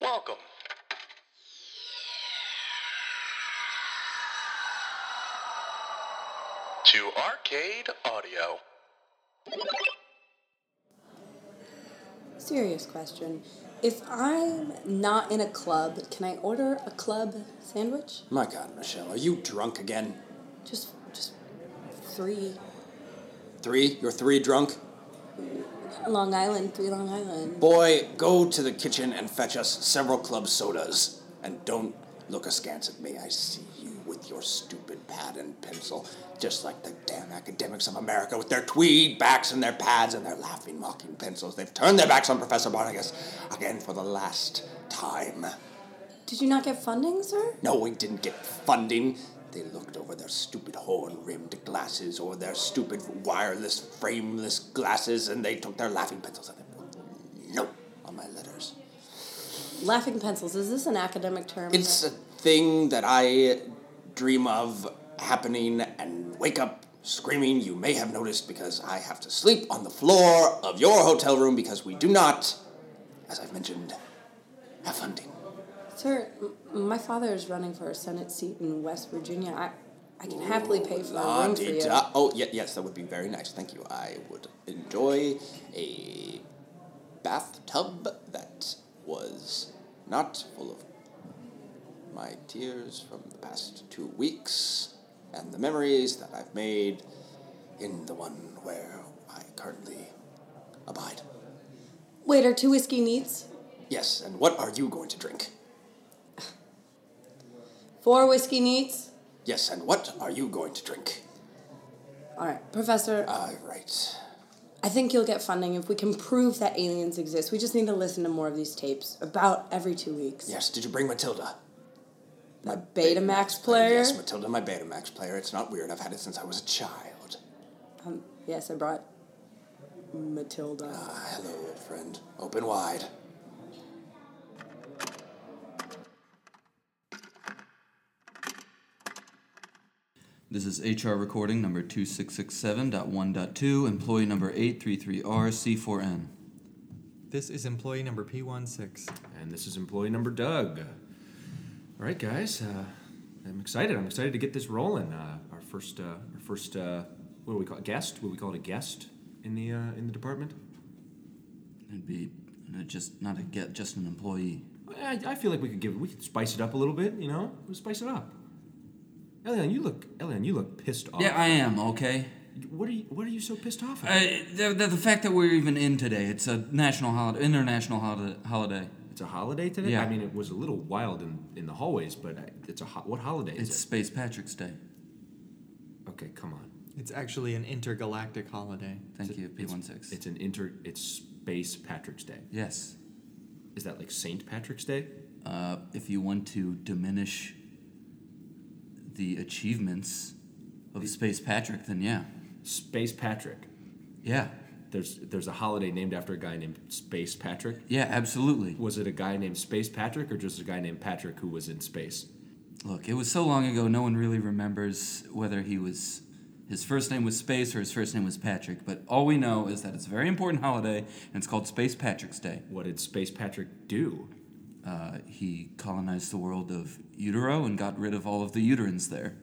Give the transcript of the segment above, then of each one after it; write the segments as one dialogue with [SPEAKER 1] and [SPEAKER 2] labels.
[SPEAKER 1] Welcome. To Arcade Audio.
[SPEAKER 2] Serious question. If I'm not in a club, can I order a club sandwich?
[SPEAKER 3] My God, Michelle, are you drunk again?
[SPEAKER 2] Just just three
[SPEAKER 3] Three? You're three drunk?
[SPEAKER 2] Long Island, three Long Island.
[SPEAKER 3] Boy, go to the kitchen and fetch us several club sodas. And don't look askance at me. I see you with your stupid pad and pencil, just like the damn academics of America with their tweed backs and their pads and their laughing, mocking pencils. They've turned their backs on Professor Barnegas again for the last time.
[SPEAKER 2] Did you not get funding, sir?
[SPEAKER 3] No, we didn't get funding. They looked over their stupid horn rimmed glasses or their stupid wireless frameless glasses and they took their laughing pencils and they put no on my letters.
[SPEAKER 2] Laughing pencils, is this an academic term?
[SPEAKER 3] It's a thing that I dream of happening and wake up screaming. You may have noticed because I have to sleep on the floor of your hotel room because we do not, as I've mentioned, have funding.
[SPEAKER 2] Sir, m- my father is running for a Senate seat in West Virginia. I, I can happily pay for a room for you.
[SPEAKER 3] La-di-da. Oh, yeah, yes, that would be very nice. Thank you. I would enjoy a bathtub that was not full of my tears from the past two weeks and the memories that I've made in the one where I currently abide.
[SPEAKER 2] Wait, are two whiskey neats?
[SPEAKER 3] Yes, and what are you going to drink?
[SPEAKER 2] Four whiskey neats?
[SPEAKER 3] Yes, and what are you going to drink?
[SPEAKER 2] All right, Professor,
[SPEAKER 3] All Ah, right.
[SPEAKER 2] I think you'll get funding if we can prove that aliens exist. We just need to listen to more of these tapes about every two weeks.
[SPEAKER 3] Yes, did you bring Matilda? My
[SPEAKER 2] Betamax player?
[SPEAKER 3] Yes, Matilda, my Betamax player. It's not weird. I've had it since I was a child.
[SPEAKER 2] Um, yes, I brought Matilda.
[SPEAKER 3] Ah, hello, old friend. Open wide.
[SPEAKER 4] This is HR recording number 2667.1.2, employee number 833RC4N.
[SPEAKER 5] This is employee number P16.
[SPEAKER 6] And this is employee number Doug. All right, guys. Uh, I'm excited. I'm excited to get this rolling. Uh, our first, uh, our first, uh, what do we call it? guest? Would we call it a guest in the uh, in the department?
[SPEAKER 4] It'd be uh, just not a get, just an employee.
[SPEAKER 6] I, I feel like we could give we could spice it up a little bit. You know, We'll spice it up. Elian, you look Elian, you look pissed off.
[SPEAKER 4] Yeah, I am okay.
[SPEAKER 6] What are you What are you so pissed off
[SPEAKER 4] Uh,
[SPEAKER 6] about?
[SPEAKER 4] the, the, the fact that we're even in today, it's a national holiday, international holiday. holiday.
[SPEAKER 6] It's a holiday today.
[SPEAKER 4] Yeah.
[SPEAKER 6] I mean, it was a little wild in, in the hallways, but I, it's a ho- what holiday
[SPEAKER 4] It's
[SPEAKER 6] is
[SPEAKER 4] Space Patrick's Day.
[SPEAKER 6] it? Okay, come on.
[SPEAKER 5] It's actually an intergalactic holiday.
[SPEAKER 4] Thank you, P16.
[SPEAKER 6] It's an inter. It's Space Patrick's Day.
[SPEAKER 4] yes.
[SPEAKER 6] Is that like Saint Patrick's Day?
[SPEAKER 4] Uh, if you want to diminish the achievements of Space Patrick, then yeah.
[SPEAKER 6] Space Patrick.
[SPEAKER 4] Yeah.
[SPEAKER 6] There's there's a holiday named after a guy named Space Patrick.
[SPEAKER 4] Yeah, absolutely.
[SPEAKER 6] Was it a guy named Space Patrick or just a guy named Patrick who was in space?
[SPEAKER 4] Look, it was so long ago, no one really remembers whether he was. His first name was Space or his first name was Patrick, but all we know is that it's a very important holiday and it's called Space Patrick's Day.
[SPEAKER 6] What did Space Patrick do?
[SPEAKER 4] Uh, he colonized the world of utero and got rid of all of the uterines there.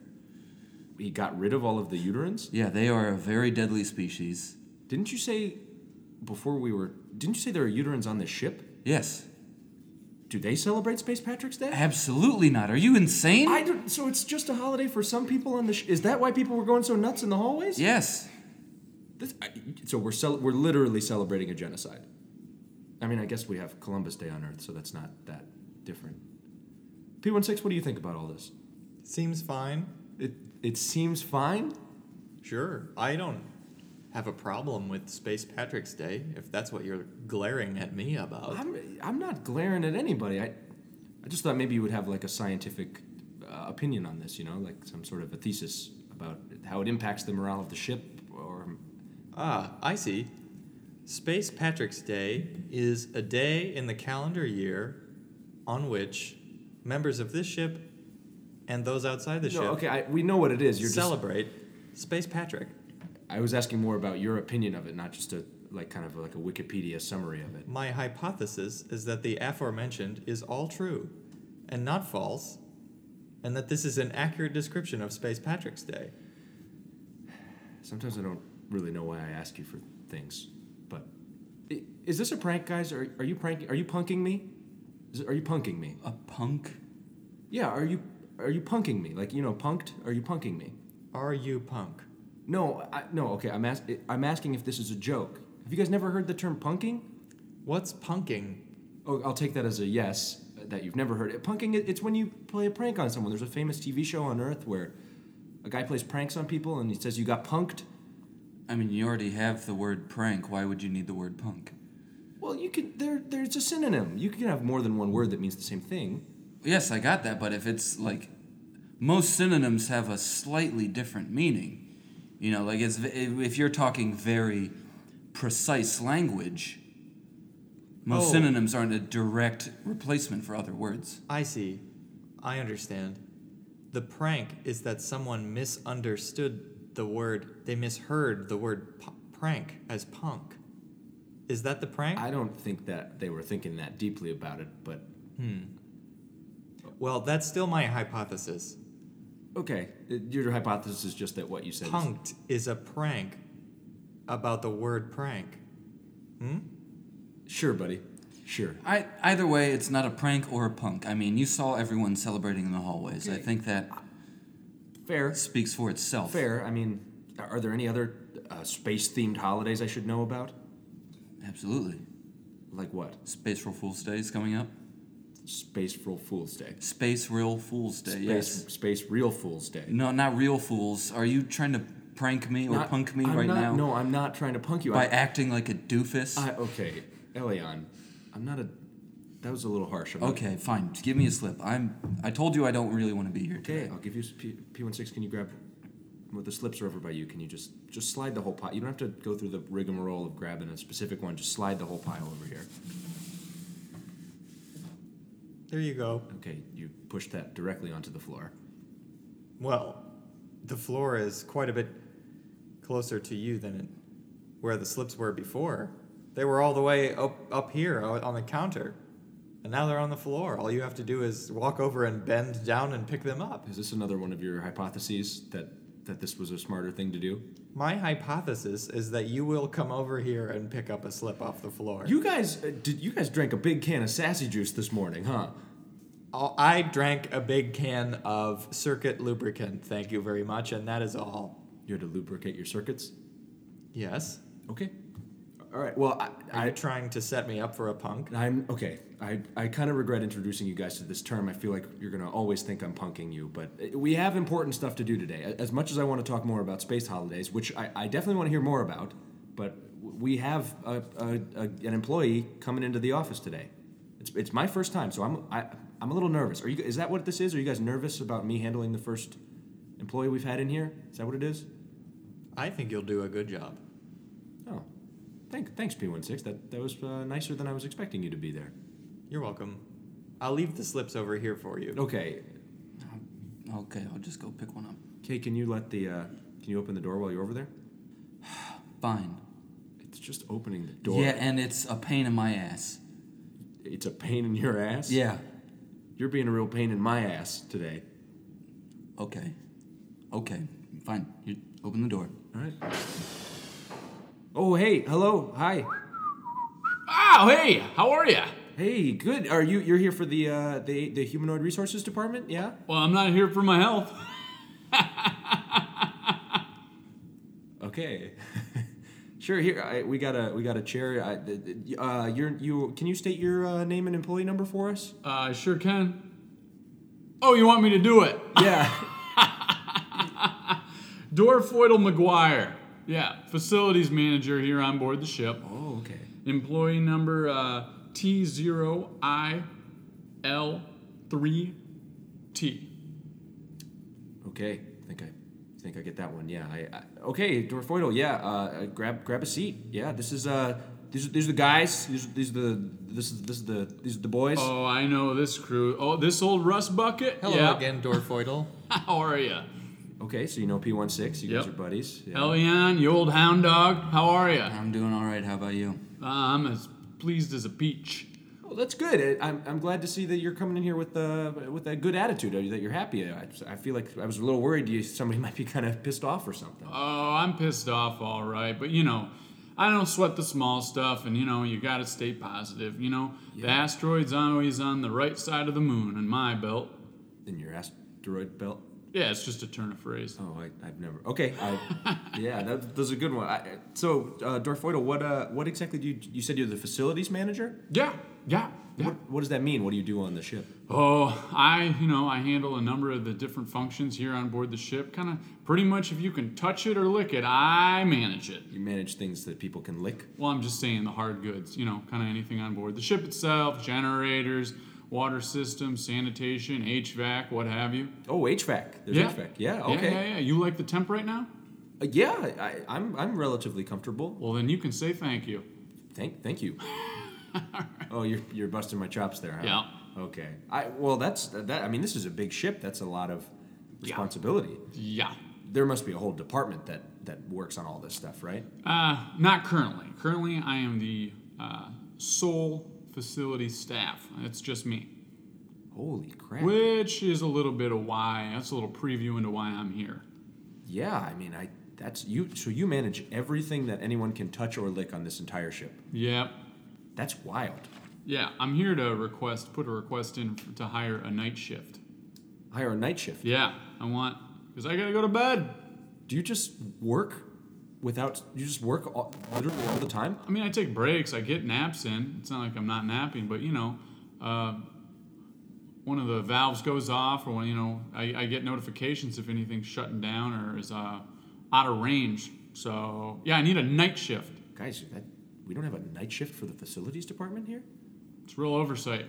[SPEAKER 6] He got rid of all of the uterines?
[SPEAKER 4] Yeah, they are a very deadly species.
[SPEAKER 6] Didn't you say before we were didn't you say there are uterines on this ship?
[SPEAKER 4] Yes,
[SPEAKER 6] Do they celebrate Space Patrick's Day?
[SPEAKER 4] absolutely not. Are you insane?
[SPEAKER 6] I don't, so it's just a holiday for some people on the sh- Is that why people were going so nuts in the hallways?
[SPEAKER 4] yes.
[SPEAKER 6] This, I, so we're cel- we're literally celebrating a genocide. I mean, I guess we have Columbus Day on Earth, so that's not that different. P16, what do you think about all this?
[SPEAKER 5] Seems fine.
[SPEAKER 6] It it seems fine.
[SPEAKER 5] Sure. I don't have a problem with Space Patrick's Day if that's what you're glaring at me about.
[SPEAKER 6] I'm I'm not glaring at anybody. I I just thought maybe you would have like a scientific uh, opinion on this, you know, like some sort of a thesis about how it impacts the morale of the ship or
[SPEAKER 5] Ah, I see. Space Patrick's Day is a day in the calendar year on which members of this ship and those outside the
[SPEAKER 6] no,
[SPEAKER 5] ship
[SPEAKER 6] okay, I, we know what it is. You're just
[SPEAKER 5] celebrate Space Patrick.
[SPEAKER 6] I was asking more about your opinion of it, not just a, like kind of like a Wikipedia summary of it.
[SPEAKER 5] My hypothesis is that the aforementioned is all true and not false, and that this is an accurate description of Space Patrick's Day.
[SPEAKER 6] Sometimes I don't really know why I ask you for things, but I- is this a prank, guys? Are, are you pranking? Are you punking me? Is, are you punking me?
[SPEAKER 4] A punk?
[SPEAKER 6] Yeah. Are you are you punking me? Like you know, punked? Are you punking me?
[SPEAKER 5] Are you punk?
[SPEAKER 6] No, I, no. Okay, I'm ask, I'm asking if this is a joke. Have you guys never heard the term punking?
[SPEAKER 5] What's punking?
[SPEAKER 6] Oh, I'll take that as a yes uh, that you've never heard it. Punking it- it's when you play a prank on someone. There's a famous TV show on Earth where a guy plays pranks on people and he says you got punked.
[SPEAKER 4] I mean, you already have the word prank. Why would you need the word punk?
[SPEAKER 6] Well, you could there there's a synonym. You can have more than one word that means the same thing.
[SPEAKER 4] Yes, I got that, but if it's like most synonyms have a slightly different meaning, you know, like it's if you're talking very precise language, most
[SPEAKER 5] Oh.
[SPEAKER 4] synonyms aren't a direct replacement for other words.
[SPEAKER 5] I see. I understand. The prank is that someone misunderstood the word, they misheard the word p- prank as punk. Is that the prank?
[SPEAKER 6] I don't think that they were thinking that deeply about it, but
[SPEAKER 5] well, that's still my hypothesis.
[SPEAKER 6] okay. Uh, Your hypothesis is just that what you said. is-
[SPEAKER 5] Punked is a prank about the word prank.
[SPEAKER 6] Sure, buddy. Sure.
[SPEAKER 4] I, either way, it's not a prank or a punk. I mean, you saw everyone celebrating in the hallways. I think that
[SPEAKER 6] Fair.
[SPEAKER 4] speaks for itself.
[SPEAKER 6] Fair. I mean, are there any other uh, space-themed holidays I should know about?
[SPEAKER 4] Absolutely.
[SPEAKER 6] Like what?
[SPEAKER 4] Space Real Fool's Day is coming up.
[SPEAKER 6] Space Real Fool's Day.
[SPEAKER 4] Space Real Fool's Day,
[SPEAKER 6] Space,
[SPEAKER 4] yes.
[SPEAKER 6] Space Real Fool's Day.
[SPEAKER 4] No, not real fools. Are you trying to prank me or
[SPEAKER 6] Not-
[SPEAKER 4] punk me
[SPEAKER 6] I'm
[SPEAKER 4] right
[SPEAKER 6] not-
[SPEAKER 4] now
[SPEAKER 6] No, I'm not trying to punk you.
[SPEAKER 4] by
[SPEAKER 6] I,
[SPEAKER 4] acting like a doofus?
[SPEAKER 6] I, okay, Elion, I'm not a. That was a little harsh. I'm not-
[SPEAKER 4] okay, fine. Give me a slip. I'm. I told you I don't really want to be here.
[SPEAKER 6] Okay, I'll give you s- P, P16. Can you grab? Well, the slips are over by you. Can you just just slide the whole pile? You don't have to go through the rigmarole of grabbing a specific one. Just slide the whole pile over here.
[SPEAKER 5] There you go.
[SPEAKER 6] Okay, you push that directly onto the floor.
[SPEAKER 5] Well, the floor is quite a bit closer to you than it, where the slips were before. They were all the way up, up here o- on the counter, and now they're on the floor. All you have to do is walk over and bend down and pick them up.
[SPEAKER 6] Is this another one of your hypotheses that that this was a smarter thing to do?
[SPEAKER 5] My hypothesis is that you will come over here and pick up a slip off the floor.
[SPEAKER 6] You guys uh, did. You guys drank a big can of sassy juice this morning, huh?
[SPEAKER 5] Oh, I drank a big can of circuit lubricant, thank you very much, and that is all.
[SPEAKER 6] You had to lubricate your circuits.
[SPEAKER 5] Yes?
[SPEAKER 6] Okay. All right. Well, I,
[SPEAKER 5] Are
[SPEAKER 6] I
[SPEAKER 5] you trying to set me up for a punk?
[SPEAKER 6] I'm okay. I, I kind of regret introducing you guys to this term. I feel like you're gonna always think I'm punking you, but uh, we have important stuff to do today. A- As much as I want to talk more about space holidays, which I, I definitely want to hear more about, but w- we have a, a, a, an employee coming into the office today. It's, it's my first time, so I'm I, I'm a little nervous. Are you is that what this is? Are you guys nervous about me handling the first employee we've had in here? Is that what it is?
[SPEAKER 5] I think you'll do a good job.
[SPEAKER 6] Oh, thank, thanks, P16. That, that was uh, nicer than I was expecting you to be there.
[SPEAKER 5] You're welcome. I'll leave the slips over here for you.
[SPEAKER 6] Okay,
[SPEAKER 4] Okay, I'll just go pick one up.
[SPEAKER 6] Kay, can you let the, uh, can you open the door while you're over there?
[SPEAKER 4] Fine.
[SPEAKER 6] It's just opening the door.
[SPEAKER 4] Yeah, and it's a pain in my ass.
[SPEAKER 6] It's a pain in your ass?
[SPEAKER 4] Yeah.
[SPEAKER 6] You're being a real pain in my ass today.
[SPEAKER 4] Okay. Okay. Fine. You open the door.
[SPEAKER 6] All right. Oh, hey, hello, hi. Oh, hey,
[SPEAKER 7] How are you?
[SPEAKER 6] Hey, good. Are you, you're here for the, uh, the, the Humanoid Resources Department, yeah?
[SPEAKER 7] Well, I'm not here for my health.
[SPEAKER 6] Okay. sure, here, I, we got a, we got a chair. I, th- th- uh, you're, you, can you state your, uh, name and employee number for us?
[SPEAKER 7] Uh, I sure can. Oh, you want me to do it?
[SPEAKER 6] Yeah.
[SPEAKER 7] Dorfoidal McGuire. Yeah, facilities manager here on board the ship.
[SPEAKER 6] oh, okay.
[SPEAKER 7] Employee number uh, T0IL3T.
[SPEAKER 6] Okay, I think I think I get that one. Yeah. I, I okay, Dorfoidal. Yeah. Uh, grab grab a seat. Yeah. This is uh these are, these are the guys. These are, these are the this is this is the these are the boys.
[SPEAKER 7] Oh, I know this crew. Oh, this old rust bucket.
[SPEAKER 5] Hello
[SPEAKER 7] yeah.
[SPEAKER 5] again, Dorfoidal.
[SPEAKER 7] How are you?
[SPEAKER 6] Okay, so you know P16. You guys
[SPEAKER 7] Yep.
[SPEAKER 6] are buddies. Yeah.
[SPEAKER 7] Elian, you old hound dog, how are you?
[SPEAKER 4] I'm doing all right. How about you?
[SPEAKER 7] I'm as pleased as a peach.
[SPEAKER 6] Well, Oh, that's good. I, I'm, I'm glad to see that you're coming in here with uh, with a good attitude. uh, That you're happy. I, I feel like I was a little worried. You somebody might be kind of pissed off or something.
[SPEAKER 7] Oh, I'm pissed off, all right. But you know, I don't sweat the small stuff, and you know, you gotta stay positive. You know, the asteroid's always on the right side of the moon in my belt.
[SPEAKER 6] In your asteroid belt.
[SPEAKER 7] Yeah, it's just a turn of phrase.
[SPEAKER 6] Oh, I, I've never. Okay, I, yeah, that, that's a good one. I, I- so, uh, Dorfoidal, what uh, what exactly do you? You said you're the facilities manager.
[SPEAKER 7] Yeah, yeah, yeah.
[SPEAKER 6] What, what does that mean? What do you do on the ship?
[SPEAKER 7] Oh, I, you know, I handle a number of the different functions here on board the ship. Kind of pretty much if you can touch it or lick it, I manage it.
[SPEAKER 6] You manage things that people can lick.
[SPEAKER 7] Well, I'm just saying the hard goods, you know, kind of anything on board the ship itself, generators, water systems, sanitation, HVAC, what have you.
[SPEAKER 6] Oh, HVAC. There's
[SPEAKER 7] yeah.
[SPEAKER 6] HVAC. Yeah. Okay.
[SPEAKER 7] Yeah, yeah, yeah. You like the temp right now?
[SPEAKER 6] Uh, Yeah. I, I'm I'm relatively comfortable.
[SPEAKER 7] Well, then you can say thank you.
[SPEAKER 6] Thank thank you. oh, you're you're busting my chops there. Huh?
[SPEAKER 7] Yeah.
[SPEAKER 6] Okay. I well, that's that. I mean, this is a big ship. That's a lot of responsibility.
[SPEAKER 7] Yeah.
[SPEAKER 6] There must be a whole department that that works on all this stuff, right?
[SPEAKER 7] Uh, not currently. Currently, I am the uh, sole facility staff. It's just me.
[SPEAKER 6] Holy crap.
[SPEAKER 7] Which is a little bit of why, that's a little preview into why I'm here.
[SPEAKER 6] Yeah, I mean, I that's you. So you manage everything that anyone can touch or lick on this entire ship.
[SPEAKER 7] Yep.
[SPEAKER 6] That's wild.
[SPEAKER 7] Yeah, I'm here to request, put a request in f- to hire a night shift.
[SPEAKER 6] Hire a night shift.
[SPEAKER 7] Yeah, I want, because I gotta go to bed.
[SPEAKER 6] Do you just work without? You just work all, literally all the time.
[SPEAKER 7] I mean, I take breaks, I get naps in. It's not like I'm not napping, but you know, uh, one of the valves goes off, or when, you know, I, I get notifications if anything's shutting down or is uh, out of range. So, yeah, I need a night shift.
[SPEAKER 6] Guys, that we don't have a night shift for the facilities department here.
[SPEAKER 7] It's real oversight.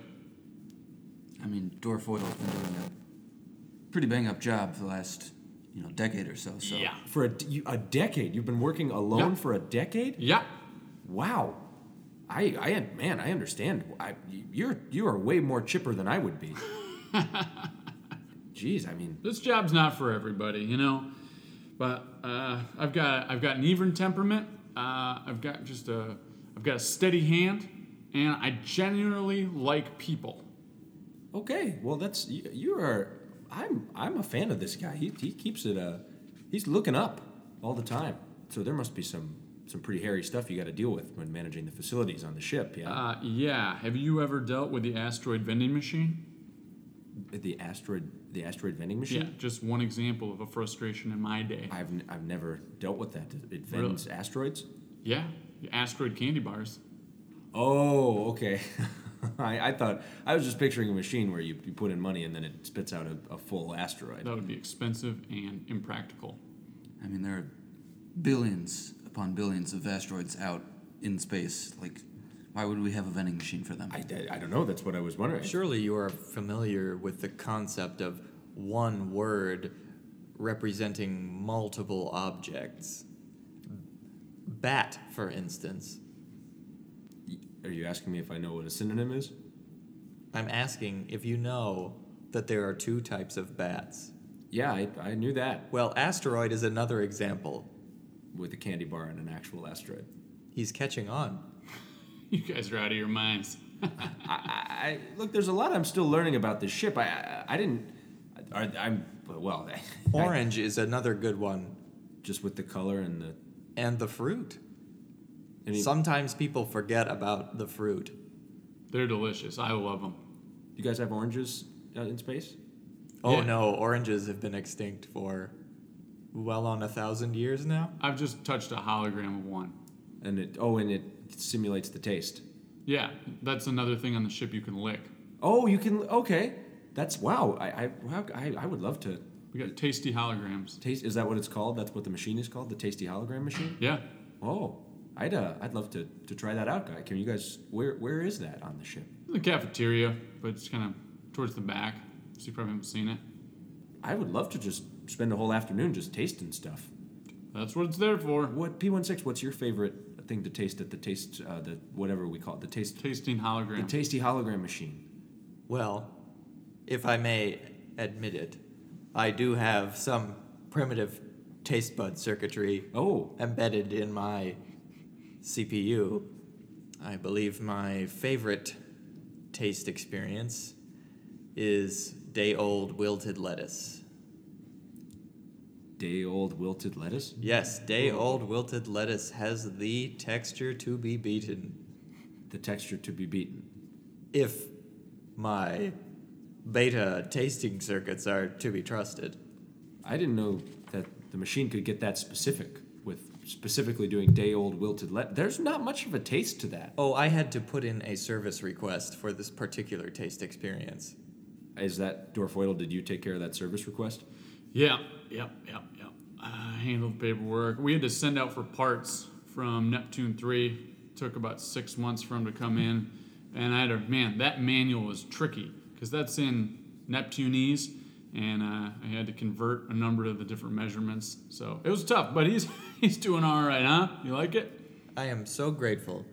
[SPEAKER 4] I mean, Dorfoidal's been doing a pretty bang up job for the last, you know, decade or so. So
[SPEAKER 7] Yeah.
[SPEAKER 6] For a, d- you- a decade, you've been working alone
[SPEAKER 7] Yeah.
[SPEAKER 6] for a decade.
[SPEAKER 7] Yeah.
[SPEAKER 6] Wow. I, I un- man, I understand. I, you're you are way more chipper than I would be. Jeez, I mean,
[SPEAKER 7] this job's not for everybody, you know. But uh, I've got I've got an even temperament. Uh, I've got just a I've got a steady hand, and I genuinely like people.
[SPEAKER 6] Okay, well that's you, you are. I'm I'm a fan of this guy. He, he keeps it. Uh, he's looking up all the time. So there must be some some pretty hairy stuff you got to deal with when managing the facilities on the ship. Yeah,
[SPEAKER 7] Uh, yeah. Have you ever dealt with the asteroid vending machine?
[SPEAKER 6] the asteroid the asteroid vending
[SPEAKER 7] Yeah.
[SPEAKER 6] machine.
[SPEAKER 7] Just one example of a frustration in my day.
[SPEAKER 6] I've n- I've never dealt with that. It vends asteroids.
[SPEAKER 7] Yeah. the Asteroid candy bars.
[SPEAKER 6] Oh, okay. I, I thought I was just picturing a machine where you, you put in money and then it spits out a, a full asteroid.
[SPEAKER 7] That would be expensive and impractical.
[SPEAKER 4] I mean, there are billions upon billions of asteroids out in space. Like, why would we have a vending machine for them?
[SPEAKER 6] I, I, I don't know. That's what I was wondering.
[SPEAKER 5] Surely you are familiar with the concept of one word representing multiple objects. Bat, for instance.
[SPEAKER 6] Are you asking me if I know what a synonym is?
[SPEAKER 5] I'm asking if you know that there are two types of bats.
[SPEAKER 6] Yeah, I, I knew that.
[SPEAKER 5] Well, asteroid is another example.
[SPEAKER 6] with a candy bar and an actual asteroid.
[SPEAKER 5] He's catching on.
[SPEAKER 7] You guys are out of your minds.
[SPEAKER 6] I, I, I look. There's a lot I'm still learning about this ship. I I, I didn't. I, I'm well. I,
[SPEAKER 5] Orange is another good one.
[SPEAKER 6] just with the color and the.
[SPEAKER 5] And the fruit.
[SPEAKER 6] I mean,
[SPEAKER 5] Sometimes people forget about the fruit.
[SPEAKER 7] They're delicious. I love them.
[SPEAKER 6] you guys have oranges uh, in space?
[SPEAKER 5] Oh
[SPEAKER 7] Yeah.
[SPEAKER 5] no, oranges have been extinct for well on a thousand years now.
[SPEAKER 7] I've just touched a hologram of one.
[SPEAKER 6] And it oh, and it simulates the taste.
[SPEAKER 7] Yeah, that's another thing on the ship you can lick.
[SPEAKER 6] Oh, you can okay. That's wow. I I wow, I, I would love to
[SPEAKER 7] We got tasty holograms.
[SPEAKER 6] taste. Is that what it's called? That's what the machine is called, the Tasty Hologram Machine.
[SPEAKER 7] Yeah.
[SPEAKER 6] Oh, I'd uh, I'd love to to try that out, guy. Can you guys? Where where is that on the ship?
[SPEAKER 7] The cafeteria, but it's kind of towards the back, so you probably haven't seen it.
[SPEAKER 6] I would love to just spend a whole afternoon just tasting stuff.
[SPEAKER 7] That's what it's there for.
[SPEAKER 6] What P16? What's your favorite thing to taste at the taste uh, the whatever we call it the taste
[SPEAKER 7] Tasting
[SPEAKER 6] the
[SPEAKER 7] hologram.
[SPEAKER 6] tasty hologram machine?
[SPEAKER 5] Well, if I may admit it, I do have some primitive taste bud circuitry
[SPEAKER 6] Oh.
[SPEAKER 5] embedded in my CPU. I believe my favorite taste experience is day old wilted lettuce.
[SPEAKER 6] Day old wilted lettuce.
[SPEAKER 5] Yes, day old wilted lettuce has the texture to be beaten.
[SPEAKER 6] The texture to be beaten.
[SPEAKER 5] if my beta tasting circuits are to be trusted.
[SPEAKER 6] I didn't know that the machine could get that specific with specifically doing day old wilted let. There's not much of a taste to that.
[SPEAKER 5] Oh, I had to put in a service request for this particular taste experience.
[SPEAKER 6] Is that Dorfoidal? Did you take care of that service request?
[SPEAKER 7] Yeah, yep, yep, yep. I handled paperwork. We had to send out for parts from Neptune 3. Took about six months for them to come in. And I had a man, that manual was tricky because that's in Neptunese. And uh, I had to convert a number of the different measurements. So it was tough, but he's he's doing all right, huh? You like it?
[SPEAKER 5] I am so grateful.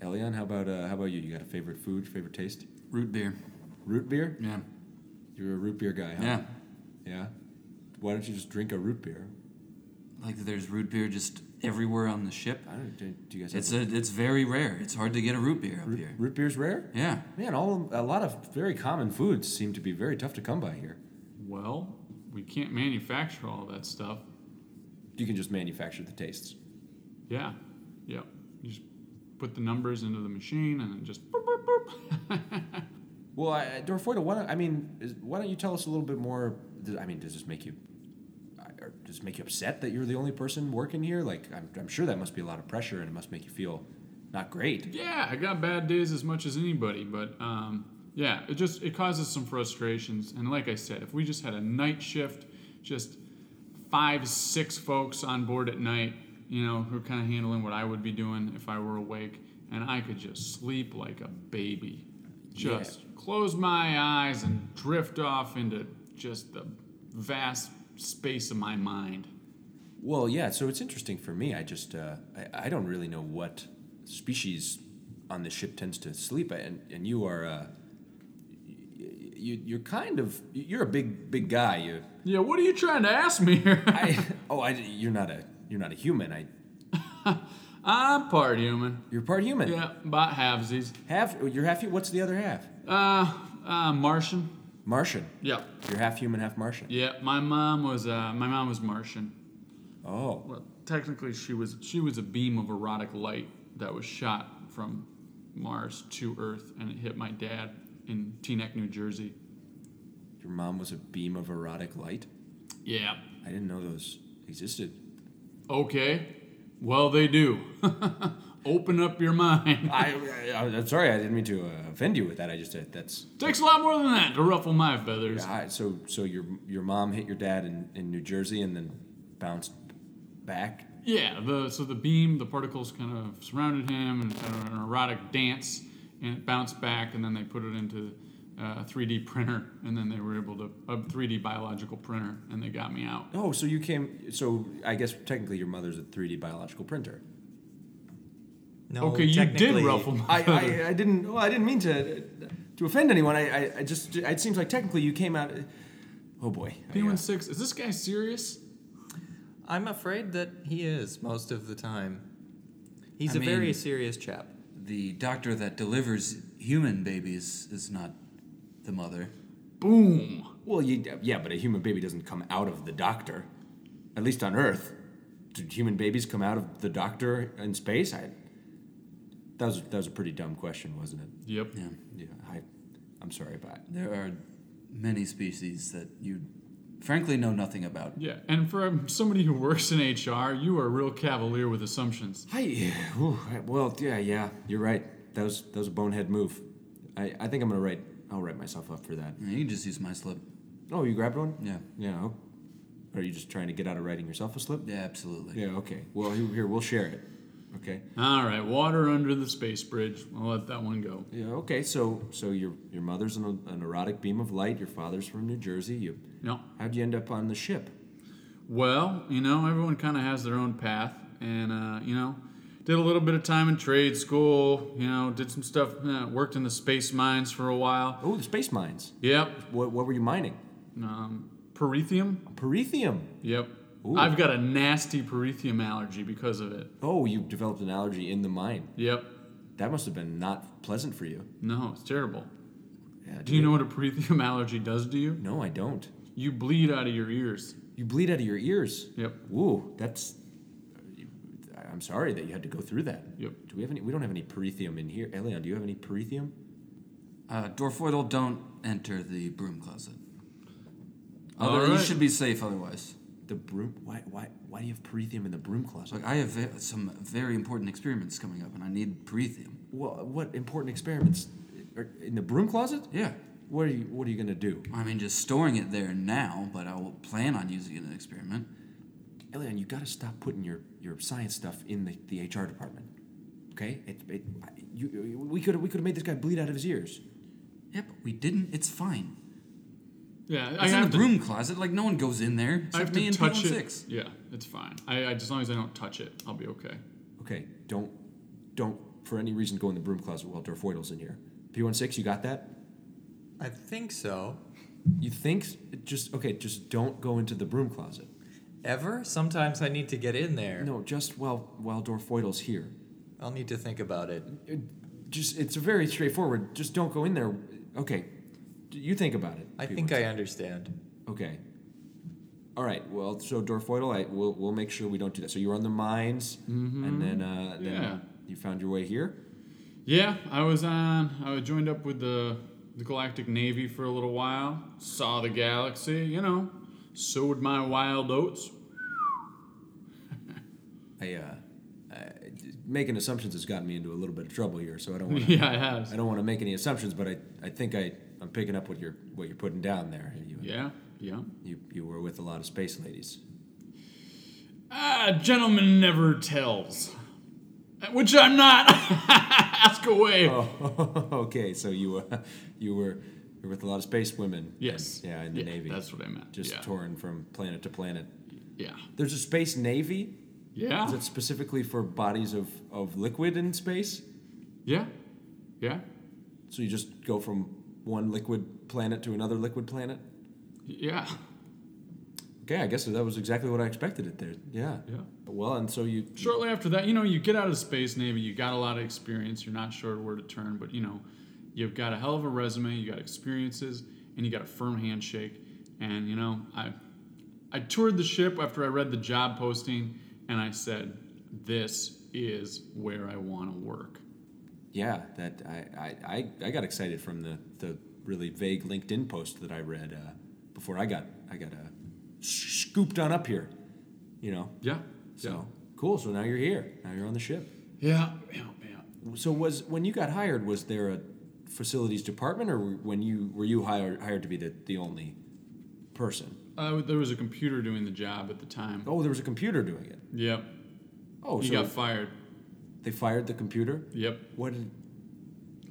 [SPEAKER 6] Elion, how about uh, how about you? You got a favorite food, favorite taste?
[SPEAKER 4] Root beer.
[SPEAKER 6] Root beer?
[SPEAKER 4] Yeah.
[SPEAKER 6] You're a root beer guy, huh?
[SPEAKER 4] Yeah.
[SPEAKER 6] Yeah. Why don't you just drink a root beer?
[SPEAKER 4] Like there's root beer just everywhere on the ship.
[SPEAKER 6] I don't. Do, do you guys?
[SPEAKER 4] It's
[SPEAKER 6] have
[SPEAKER 4] a, it's very rare. It's hard to get a root beer up
[SPEAKER 6] root,
[SPEAKER 4] here.
[SPEAKER 6] root beer's rare.
[SPEAKER 4] Yeah.
[SPEAKER 6] Man, all a lot of very common foods seem to be very tough to come by here.
[SPEAKER 7] Well, we can't manufacture all that stuff.
[SPEAKER 6] You can just manufacture the tastes.
[SPEAKER 7] Yeah, yep. You just put the numbers into the machine and then just boop, boop, boop.
[SPEAKER 6] Well, I, I- Dorfoidal, why don't I mean, is, why don't you tell us a little bit more? th- I mean, does this make you, I- or does it make you upset that you're the only person working here? Like, I'm, I'm sure that must be a lot of pressure, and it must make you feel not great.
[SPEAKER 7] Yeah, I got bad days as much as anybody, but um, yeah, it just it causes some frustrations. And like I said, if we just had a night shift, just five, six folks on board at night, you know, who are kind of handling what I would be doing if I were awake, and I could just sleep like a baby, just close my eyes and drift off into just the vast space of my mind.
[SPEAKER 6] Well, yeah. So it's interesting for me. I just, uh, I, I don't really know what species on the ship tends to sleep, and and you are, uh, y- you you're kind of you're a big big guy. You,
[SPEAKER 7] Yeah, what are you trying to ask me here?
[SPEAKER 6] I, oh, I, you're not a you're not a human. I,
[SPEAKER 7] I'm part human.
[SPEAKER 6] you're part human.
[SPEAKER 7] Yeah, about halvesies.
[SPEAKER 6] Half, oh, you're half. hu- What's the other half?
[SPEAKER 7] Uh, uh, Martian.
[SPEAKER 6] Martian.
[SPEAKER 7] Yep.
[SPEAKER 6] You're half human, half Martian.
[SPEAKER 7] Yep. My mom was uh, my mom was Martian.
[SPEAKER 6] Oh,
[SPEAKER 7] Well, technically, she was she was a beam of erotic light that was shot from Mars to Earth, and it hit my dad in Teaneck, New Jersey.
[SPEAKER 6] your mom was a beam of erotic light.
[SPEAKER 7] Yeah.
[SPEAKER 6] I didn't know those existed.
[SPEAKER 7] Okay. Well, they do. Open up your mind.
[SPEAKER 6] I, I, I'm sorry, I didn't mean to uh, offend you with that. I just uh, that's
[SPEAKER 7] Takes a lot more than that to ruffle my feathers.
[SPEAKER 6] I, so. So your your mom hit your dad in, in New Jersey and then bounced back.
[SPEAKER 7] Yeah, the so the beam, the particles kind of surrounded him and kind of an erotic dance, and it bounced back, and then they put it into uh, a 3D printer, and then they were able to a 3D biological printer, and they got me out.
[SPEAKER 6] Oh, so you came. So I guess technically your mother's a 3D biological printer.
[SPEAKER 5] No,
[SPEAKER 7] okay, you did
[SPEAKER 5] technically-
[SPEAKER 7] ruffle my
[SPEAKER 6] Oh, I,
[SPEAKER 7] feathers.
[SPEAKER 6] I, I didn't. Well, I didn't mean to to offend anyone. I, I, I just. It seems like technically you came out. Oh boy. I, uh,
[SPEAKER 7] P16, is this guy serious?
[SPEAKER 5] I'm afraid that he is most of the time. He's
[SPEAKER 4] I
[SPEAKER 5] a very
[SPEAKER 4] mean-
[SPEAKER 5] serious chap.
[SPEAKER 4] The doctor that delivers human babies is not the mother.
[SPEAKER 7] Boom.
[SPEAKER 6] Well, you, yeah, but a human baby doesn't come out of the doctor, at least on Earth. Do human babies come out of the doctor in space? I, that was that was a pretty dumb question, wasn't it?
[SPEAKER 7] Yep.
[SPEAKER 4] Yeah.
[SPEAKER 6] Yeah, I, I'm sorry about. It.
[SPEAKER 4] There are many species that you frankly know nothing about.
[SPEAKER 7] Yeah, and for um, somebody who works in HR, you are a real cavalier with assumptions.
[SPEAKER 6] I, whew, I- well, yeah, yeah, you're right. That was that was a bonehead move. I, I think I'm gonna write. I'll write myself up for that.
[SPEAKER 4] You can just use my slip.
[SPEAKER 6] Oh, you grabbed one?
[SPEAKER 4] Yeah.
[SPEAKER 6] Yeah. oh. Are you just trying to get out of writing yourself a slip?
[SPEAKER 4] Yeah, absolutely.
[SPEAKER 6] Yeah. Okay. Well, here, here we'll share it. Okay.
[SPEAKER 7] All right, water under the space bridge. I'll let that one go.
[SPEAKER 6] Yeah. Okay. So, so your your mother's an, an erotic beam of light. Your father's from New Jersey. You,
[SPEAKER 7] No,
[SPEAKER 6] how'd you end up on the ship?
[SPEAKER 7] Well, you know, everyone kind of has their own path, and uh, you know, did a little bit of time in trade school. You know, did some stuff. Uh, worked in the space mines for a while.
[SPEAKER 6] Oh, the space mines.
[SPEAKER 7] Yep.
[SPEAKER 6] What, what were you mining?
[SPEAKER 7] Um, Perithium?
[SPEAKER 6] Perithium.
[SPEAKER 7] Yep.
[SPEAKER 6] Ooh.
[SPEAKER 7] I've got a nasty perithium allergy because of it.
[SPEAKER 6] Oh, you developed an allergy in the mine.
[SPEAKER 7] Yep.
[SPEAKER 6] That must have been not pleasant for you.
[SPEAKER 7] No, it's terrible.
[SPEAKER 6] Yeah,
[SPEAKER 7] Do you know what a perithium allergy does to you?
[SPEAKER 6] No, I don't.
[SPEAKER 7] You bleed out of your ears.
[SPEAKER 6] You bleed out of your ears.
[SPEAKER 7] Yep.
[SPEAKER 6] Ooh, that's. I'm sorry that you had to go through that.
[SPEAKER 7] Yep.
[SPEAKER 6] Do we have any? We don't have any perithium in here. Elion, do you have any perithium?
[SPEAKER 4] Uh, Dorfoidal, don't enter the broom closet. Although you
[SPEAKER 7] Alright.
[SPEAKER 4] should be safe otherwise.
[SPEAKER 6] The broom. Why? Why? Why do you have perithium in the broom closet?
[SPEAKER 4] Like I have ve- some very important experiments coming up, and I need perithium.
[SPEAKER 6] Well, what important experiments are in the broom closet?
[SPEAKER 4] Yeah,
[SPEAKER 6] What are you? What are you gonna do,
[SPEAKER 4] I mean, just storing it there now, but I will plan on using it in an experiment.
[SPEAKER 6] Elion? You gotta stop putting your your science stuff in the, the HR department. Okay. It. it I- you, you- we could. We could have made this guy bleed out of his ears.
[SPEAKER 4] Yeah, but we didn't. It's fine.
[SPEAKER 7] Yeah, I
[SPEAKER 4] It's in
[SPEAKER 7] have
[SPEAKER 4] the
[SPEAKER 7] to,
[SPEAKER 4] broom closet. Like no one goes in there.
[SPEAKER 7] I have
[SPEAKER 4] Except
[SPEAKER 7] to
[SPEAKER 4] me and
[SPEAKER 7] touch
[SPEAKER 4] P16.
[SPEAKER 7] it. Yeah, it's fine. I, I as long as I don't touch it, I'll be okay.
[SPEAKER 6] Okay. Don't. Don't for any reason go in the broom closet while Dorfoidal's in here. P16, you got that?
[SPEAKER 5] I think so.
[SPEAKER 6] You think? s- Just okay. Just don't go into the broom closet.
[SPEAKER 5] Ever? Sometimes I need to get in there.
[SPEAKER 6] No, just while while Dorfoidal's here.
[SPEAKER 5] I'll need to think about it.
[SPEAKER 6] It- just it's very straightforward. Just don't go in there. Okay, D- you think about it.
[SPEAKER 5] I
[SPEAKER 6] P16.
[SPEAKER 5] think I understand.
[SPEAKER 6] Okay. All right. Well, so Dorfoidal, I we'll we'll make sure we don't do that. So you were on the mines,
[SPEAKER 5] Mm-hmm.
[SPEAKER 6] and then uh, then
[SPEAKER 7] Yeah.
[SPEAKER 6] you found your way here.
[SPEAKER 7] Yeah, I was on. I was joined up with the the Galactic Navy for a little while. Saw the galaxy, you know. Sowed my wild oats.
[SPEAKER 6] I, uh, I making assumptions has gotten me into a little bit of trouble here, so I don't want to.
[SPEAKER 7] yeah, I
[SPEAKER 6] I
[SPEAKER 7] have.
[SPEAKER 6] don't want to make any assumptions, but I, I think I I'm picking up what you're what you're putting down there. You,
[SPEAKER 7] Yeah, yeah.
[SPEAKER 6] you you were with a lot of space ladies.
[SPEAKER 7] Ah, gentleman never tells. Which I'm not. Ask away.
[SPEAKER 6] Oh, okay. So you uh, you were you were with a lot of space women.
[SPEAKER 7] yes.
[SPEAKER 6] Yeah, in the navy.
[SPEAKER 7] That's what I meant.
[SPEAKER 6] just
[SPEAKER 7] yeah.
[SPEAKER 6] touring from planet to planet.
[SPEAKER 7] yeah.
[SPEAKER 6] There's a space navy.
[SPEAKER 7] Yeah.
[SPEAKER 6] Is that specifically for bodies of of liquid in space?
[SPEAKER 7] Yeah. Yeah.
[SPEAKER 6] So you just go from one liquid planet to another liquid planet.
[SPEAKER 7] Yeah.
[SPEAKER 6] Okay, I guess that was exactly what I expected. It there. Yeah.
[SPEAKER 7] Yeah.
[SPEAKER 6] Well, and so you.
[SPEAKER 7] Shortly after that, you know, you get out of the Space Navy, you got a lot of experience, you're not sure where to turn, but you know, you've got a hell of a resume, you got experiences, and you got a firm handshake. And you know, I I toured the ship after I read the job posting and I said, This is where I wanna work.
[SPEAKER 6] Yeah, that I, I, I, I got excited from the, the really vague LinkedIn post that I read uh, before I got I got uh, scooped on up here, you know.
[SPEAKER 7] Yeah.
[SPEAKER 6] So cool. So now you're here. Now you're on the ship.
[SPEAKER 7] Yeah, yeah, yeah.
[SPEAKER 6] So was when you got hired, was there a facilities department, or were- when you were you hired hired to be the, the only person?
[SPEAKER 7] Uh, there was a computer doing the job at the time.
[SPEAKER 6] Oh, there was a computer doing it.
[SPEAKER 7] Yep.
[SPEAKER 6] Oh,
[SPEAKER 7] He
[SPEAKER 6] so
[SPEAKER 7] got fired.
[SPEAKER 6] they fired the computer.
[SPEAKER 7] Yep.
[SPEAKER 6] What? Did,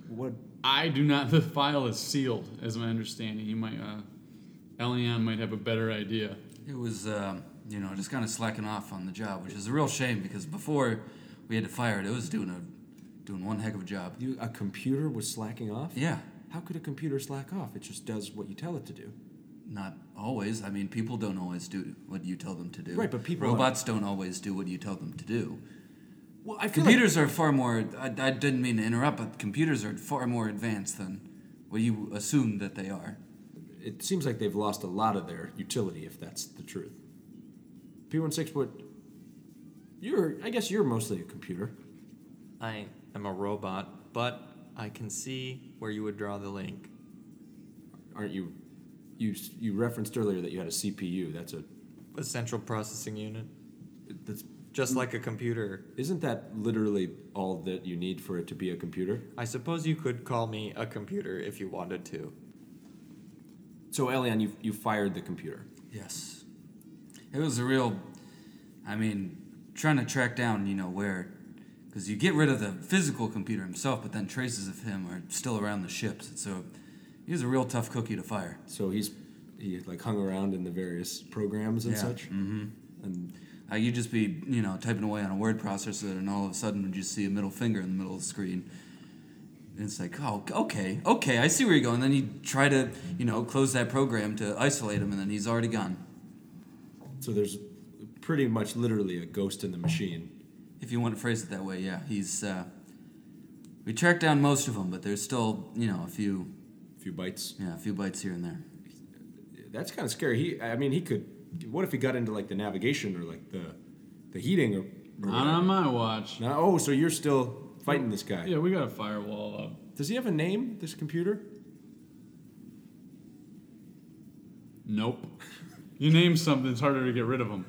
[SPEAKER 6] what?
[SPEAKER 7] I do not. The file is sealed, as my understanding. You might, uh, Elian might have a better idea.
[SPEAKER 4] It was, um, you know, just kind of slacking off on the job, which is a real shame because before we had to fire it, it was doing a doing one heck of a job.
[SPEAKER 6] You, a computer was slacking off.
[SPEAKER 4] Yeah,
[SPEAKER 6] How could a computer slack off? It just does what you tell it to do.
[SPEAKER 4] not always. I mean, people don't always do what you tell them to do.
[SPEAKER 6] Right, but people are-
[SPEAKER 4] robots don't always do what you tell them to do.
[SPEAKER 6] Well, I
[SPEAKER 4] Computers are far more. I, I didn't mean to interrupt, but computers are far more advanced than what you assume that they are.
[SPEAKER 6] it seems like they've lost a lot of their utility, if that's the truth. P16, what? You're, I guess you're mostly a computer.
[SPEAKER 5] I am a robot, but I can see where you would draw the link.
[SPEAKER 6] aren't you? You s- you referenced earlier that you had a CPU. That's a
[SPEAKER 5] A central processing unit.
[SPEAKER 6] that's
[SPEAKER 5] Just like a computer.
[SPEAKER 6] isn't that literally all that you need for it to be a computer?
[SPEAKER 5] I suppose you could call me a computer if you wanted to.
[SPEAKER 6] So Elion, you you fired the computer.
[SPEAKER 4] Yes. It was a real, I mean, trying to track down, you know, where, because you get rid of the physical computer himself, but then traces of him are still around the ships. And so he was a real tough cookie to fire.
[SPEAKER 6] So he's he like hung around in the various programs and
[SPEAKER 4] Yeah.
[SPEAKER 6] such. Mm-hmm. And
[SPEAKER 4] Uh, you'd just be, you know, typing away on a word processor, and all of a sudden, you just see a middle finger in the middle of the screen. And it's like, oh, okay, okay, I see where you're going. then you try to, you know, close that program to isolate him, and then he's already gone.
[SPEAKER 6] So there's pretty much literally a ghost in the machine.
[SPEAKER 4] If you want to phrase it that way, yeah, he's. Uh, we tracked down most of them, but there's still, you know, a few,
[SPEAKER 6] A few bites.
[SPEAKER 4] yeah, a few bites here and there.
[SPEAKER 6] That's kind of scary. He, I mean, he could. What if he got into like the navigation or like the, the heating or. or
[SPEAKER 7] Not on
[SPEAKER 6] whatever?
[SPEAKER 7] my watch.
[SPEAKER 6] No, oh, so you're still fighting this guy.
[SPEAKER 7] Yeah, we got a firewall up.
[SPEAKER 6] Does he have a name? This computer?
[SPEAKER 7] Nope. You name something, it's harder to get rid of them.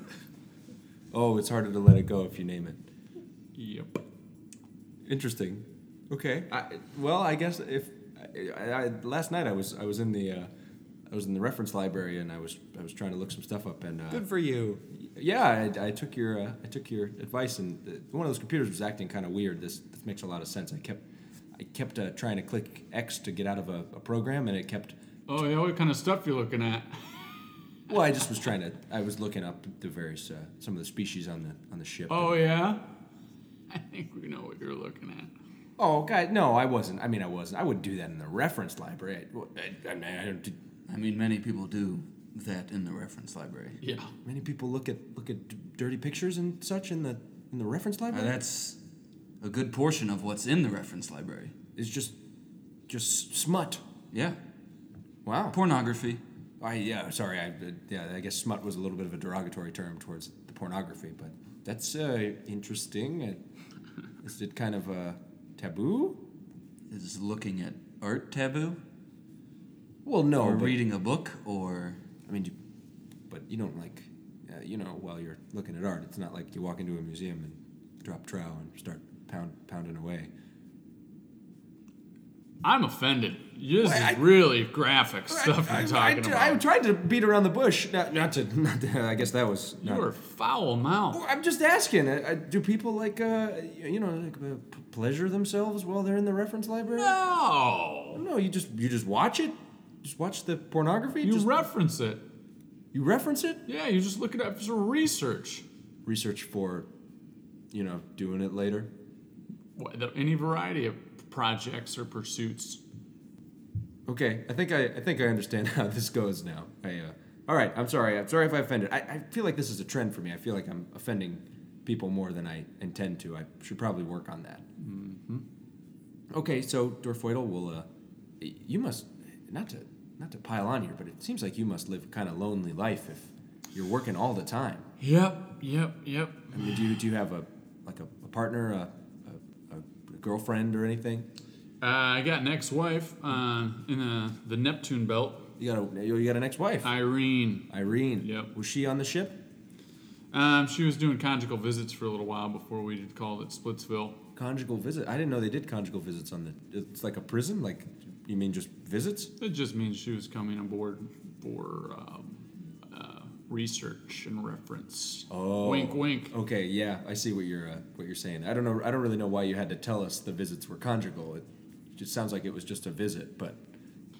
[SPEAKER 6] Oh, it's harder to let it go if you name it.
[SPEAKER 7] Yep.
[SPEAKER 6] Interesting. Okay. I, well, I guess if I, I, I- last night I was I was in the uh, I was in the reference library and I was I was trying to look some stuff up and uh,
[SPEAKER 5] Good for you.
[SPEAKER 6] yeah I, I took your uh, I took your advice and uh, one of those computers was acting kind of weird. This this makes a lot of sense. I kept I kept uh, trying to click X to get out of a, a program and it kept.
[SPEAKER 7] Oh yeah, what kind of stuff you looking at?
[SPEAKER 6] Well, I just was trying to. I was looking up the various uh, some of the species on the on the ship.
[SPEAKER 7] Oh yeah. I think we know what you're looking at.
[SPEAKER 6] Oh God, no, I wasn't. I mean, I wasn't. I would do that in the reference library. I, I, I, mean, I don't.
[SPEAKER 4] I mean, many people do that in the reference library.
[SPEAKER 7] Yeah.
[SPEAKER 6] Many people look at look at d- dirty pictures and such in the in the reference
[SPEAKER 4] Uh,
[SPEAKER 6] library.
[SPEAKER 4] that's a good portion of what's in the reference library.
[SPEAKER 6] It's just just smut.
[SPEAKER 4] Yeah,
[SPEAKER 6] Wow.
[SPEAKER 4] pornography.
[SPEAKER 6] I yeah. Sorry. I uh, yeah. I guess smut was a little bit of a derogatory term towards the pornography, but that's uh, interesting. It, is it kind of uh, taboo?
[SPEAKER 4] Is looking at art taboo?
[SPEAKER 6] Well, no.
[SPEAKER 4] or
[SPEAKER 6] Oh, but-
[SPEAKER 4] reading a book? Or
[SPEAKER 6] I mean, you, but you don't like, uh, you know, while you're looking at art, it's not like you walk into a museum and drop trowel and start pound pounding away.
[SPEAKER 7] I'm offended. This
[SPEAKER 6] Wait, I-
[SPEAKER 7] is really graphic stuff
[SPEAKER 6] I,
[SPEAKER 7] you're talking
[SPEAKER 6] I- I
[SPEAKER 7] about.
[SPEAKER 6] tried to beat around the bush. Not, not to, not to. I guess that was. Not,
[SPEAKER 7] you are foul mouth.
[SPEAKER 6] Well, I'm just asking. uh, uh, do people like, uh, you know, like, uh, p- pleasure themselves while they're in the reference library?
[SPEAKER 7] No.
[SPEAKER 6] No, you just you just watch it. Just watch the pornography.
[SPEAKER 7] You
[SPEAKER 6] just,
[SPEAKER 7] reference it.
[SPEAKER 6] you reference it.
[SPEAKER 7] Yeah, you just look it up for research.
[SPEAKER 6] Research for, you know, doing it later.
[SPEAKER 7] What, the- Any variety of projects or pursuits.
[SPEAKER 6] Okay, I think I, I think I understand how this goes now. I, uh, all right, I'm sorry. I'm sorry if I offended. I, I feel like this is a trend for me. I feel like I'm offending people more than I intend to. I should probably work on that. Mm-hmm. Okay, so Dorfoidal will. Uh, y- you must not to not to pile on here, but it seems like you must live a kind of lonely life if you're working all the time.
[SPEAKER 7] Yep, yep, yep.
[SPEAKER 6] I mean, do you, do you have a like a, a partner, a, a, a girlfriend, or anything?
[SPEAKER 7] Uh, I got an ex-wife uh, in the, the Neptune belt,
[SPEAKER 6] You got a you got an ex-wife,
[SPEAKER 7] Irene.
[SPEAKER 6] Irene.
[SPEAKER 7] Yep.
[SPEAKER 6] Was she on the ship?
[SPEAKER 7] Um, she was doing conjugal visits for a little while before we had called it Splitsville.
[SPEAKER 6] Conjugal visit. I didn't know they did conjugal visits on the. It's like a prison. Like, you mean just visits?
[SPEAKER 7] It just means she was coming aboard for um, uh, research and reference.
[SPEAKER 6] Oh.
[SPEAKER 7] Wink, wink.
[SPEAKER 6] Okay, yeah, I see what you're uh, what you're saying. I don't know. I don't really know why you had to tell us the visits were conjugal. It just sounds like it was just a visit. But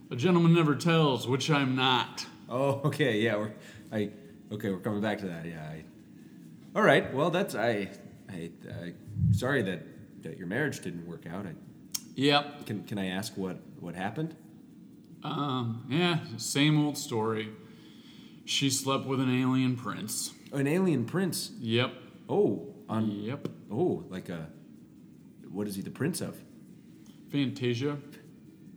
[SPEAKER 7] A gentleman never tells, which I'm not.
[SPEAKER 6] oh, okay, yeah, we're I okay, we're coming back to that. Yeah. I, all right. Well, that's I I, I sorry that that your marriage didn't work out. I,
[SPEAKER 7] Yep.
[SPEAKER 6] can can I ask what what happened?
[SPEAKER 7] Um, yeah, same old story. She slept with an alien prince.
[SPEAKER 6] An alien prince.
[SPEAKER 7] Yep.
[SPEAKER 6] Oh, on
[SPEAKER 7] Yep.
[SPEAKER 6] oh, like a what is he the prince of?
[SPEAKER 7] Fantasia.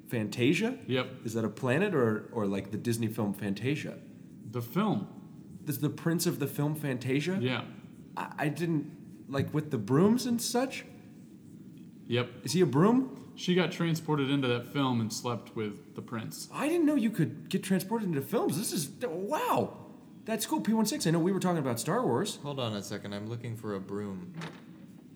[SPEAKER 6] Fantasia?
[SPEAKER 7] Yep.
[SPEAKER 6] Is that a planet or, or like the Disney film Fantasia?
[SPEAKER 7] The film.
[SPEAKER 6] This is the prince of the film Fantasia?
[SPEAKER 7] Yeah.
[SPEAKER 6] I, I didn't like with the brooms and such?
[SPEAKER 7] Yep.
[SPEAKER 6] Is he a broom?
[SPEAKER 7] She got transported into that film and slept with the prince.
[SPEAKER 6] I didn't know you could get transported into films. This is wow. That's cool, P16. I know we were talking about Star Wars.
[SPEAKER 5] Hold on a second. I'm looking for a broom.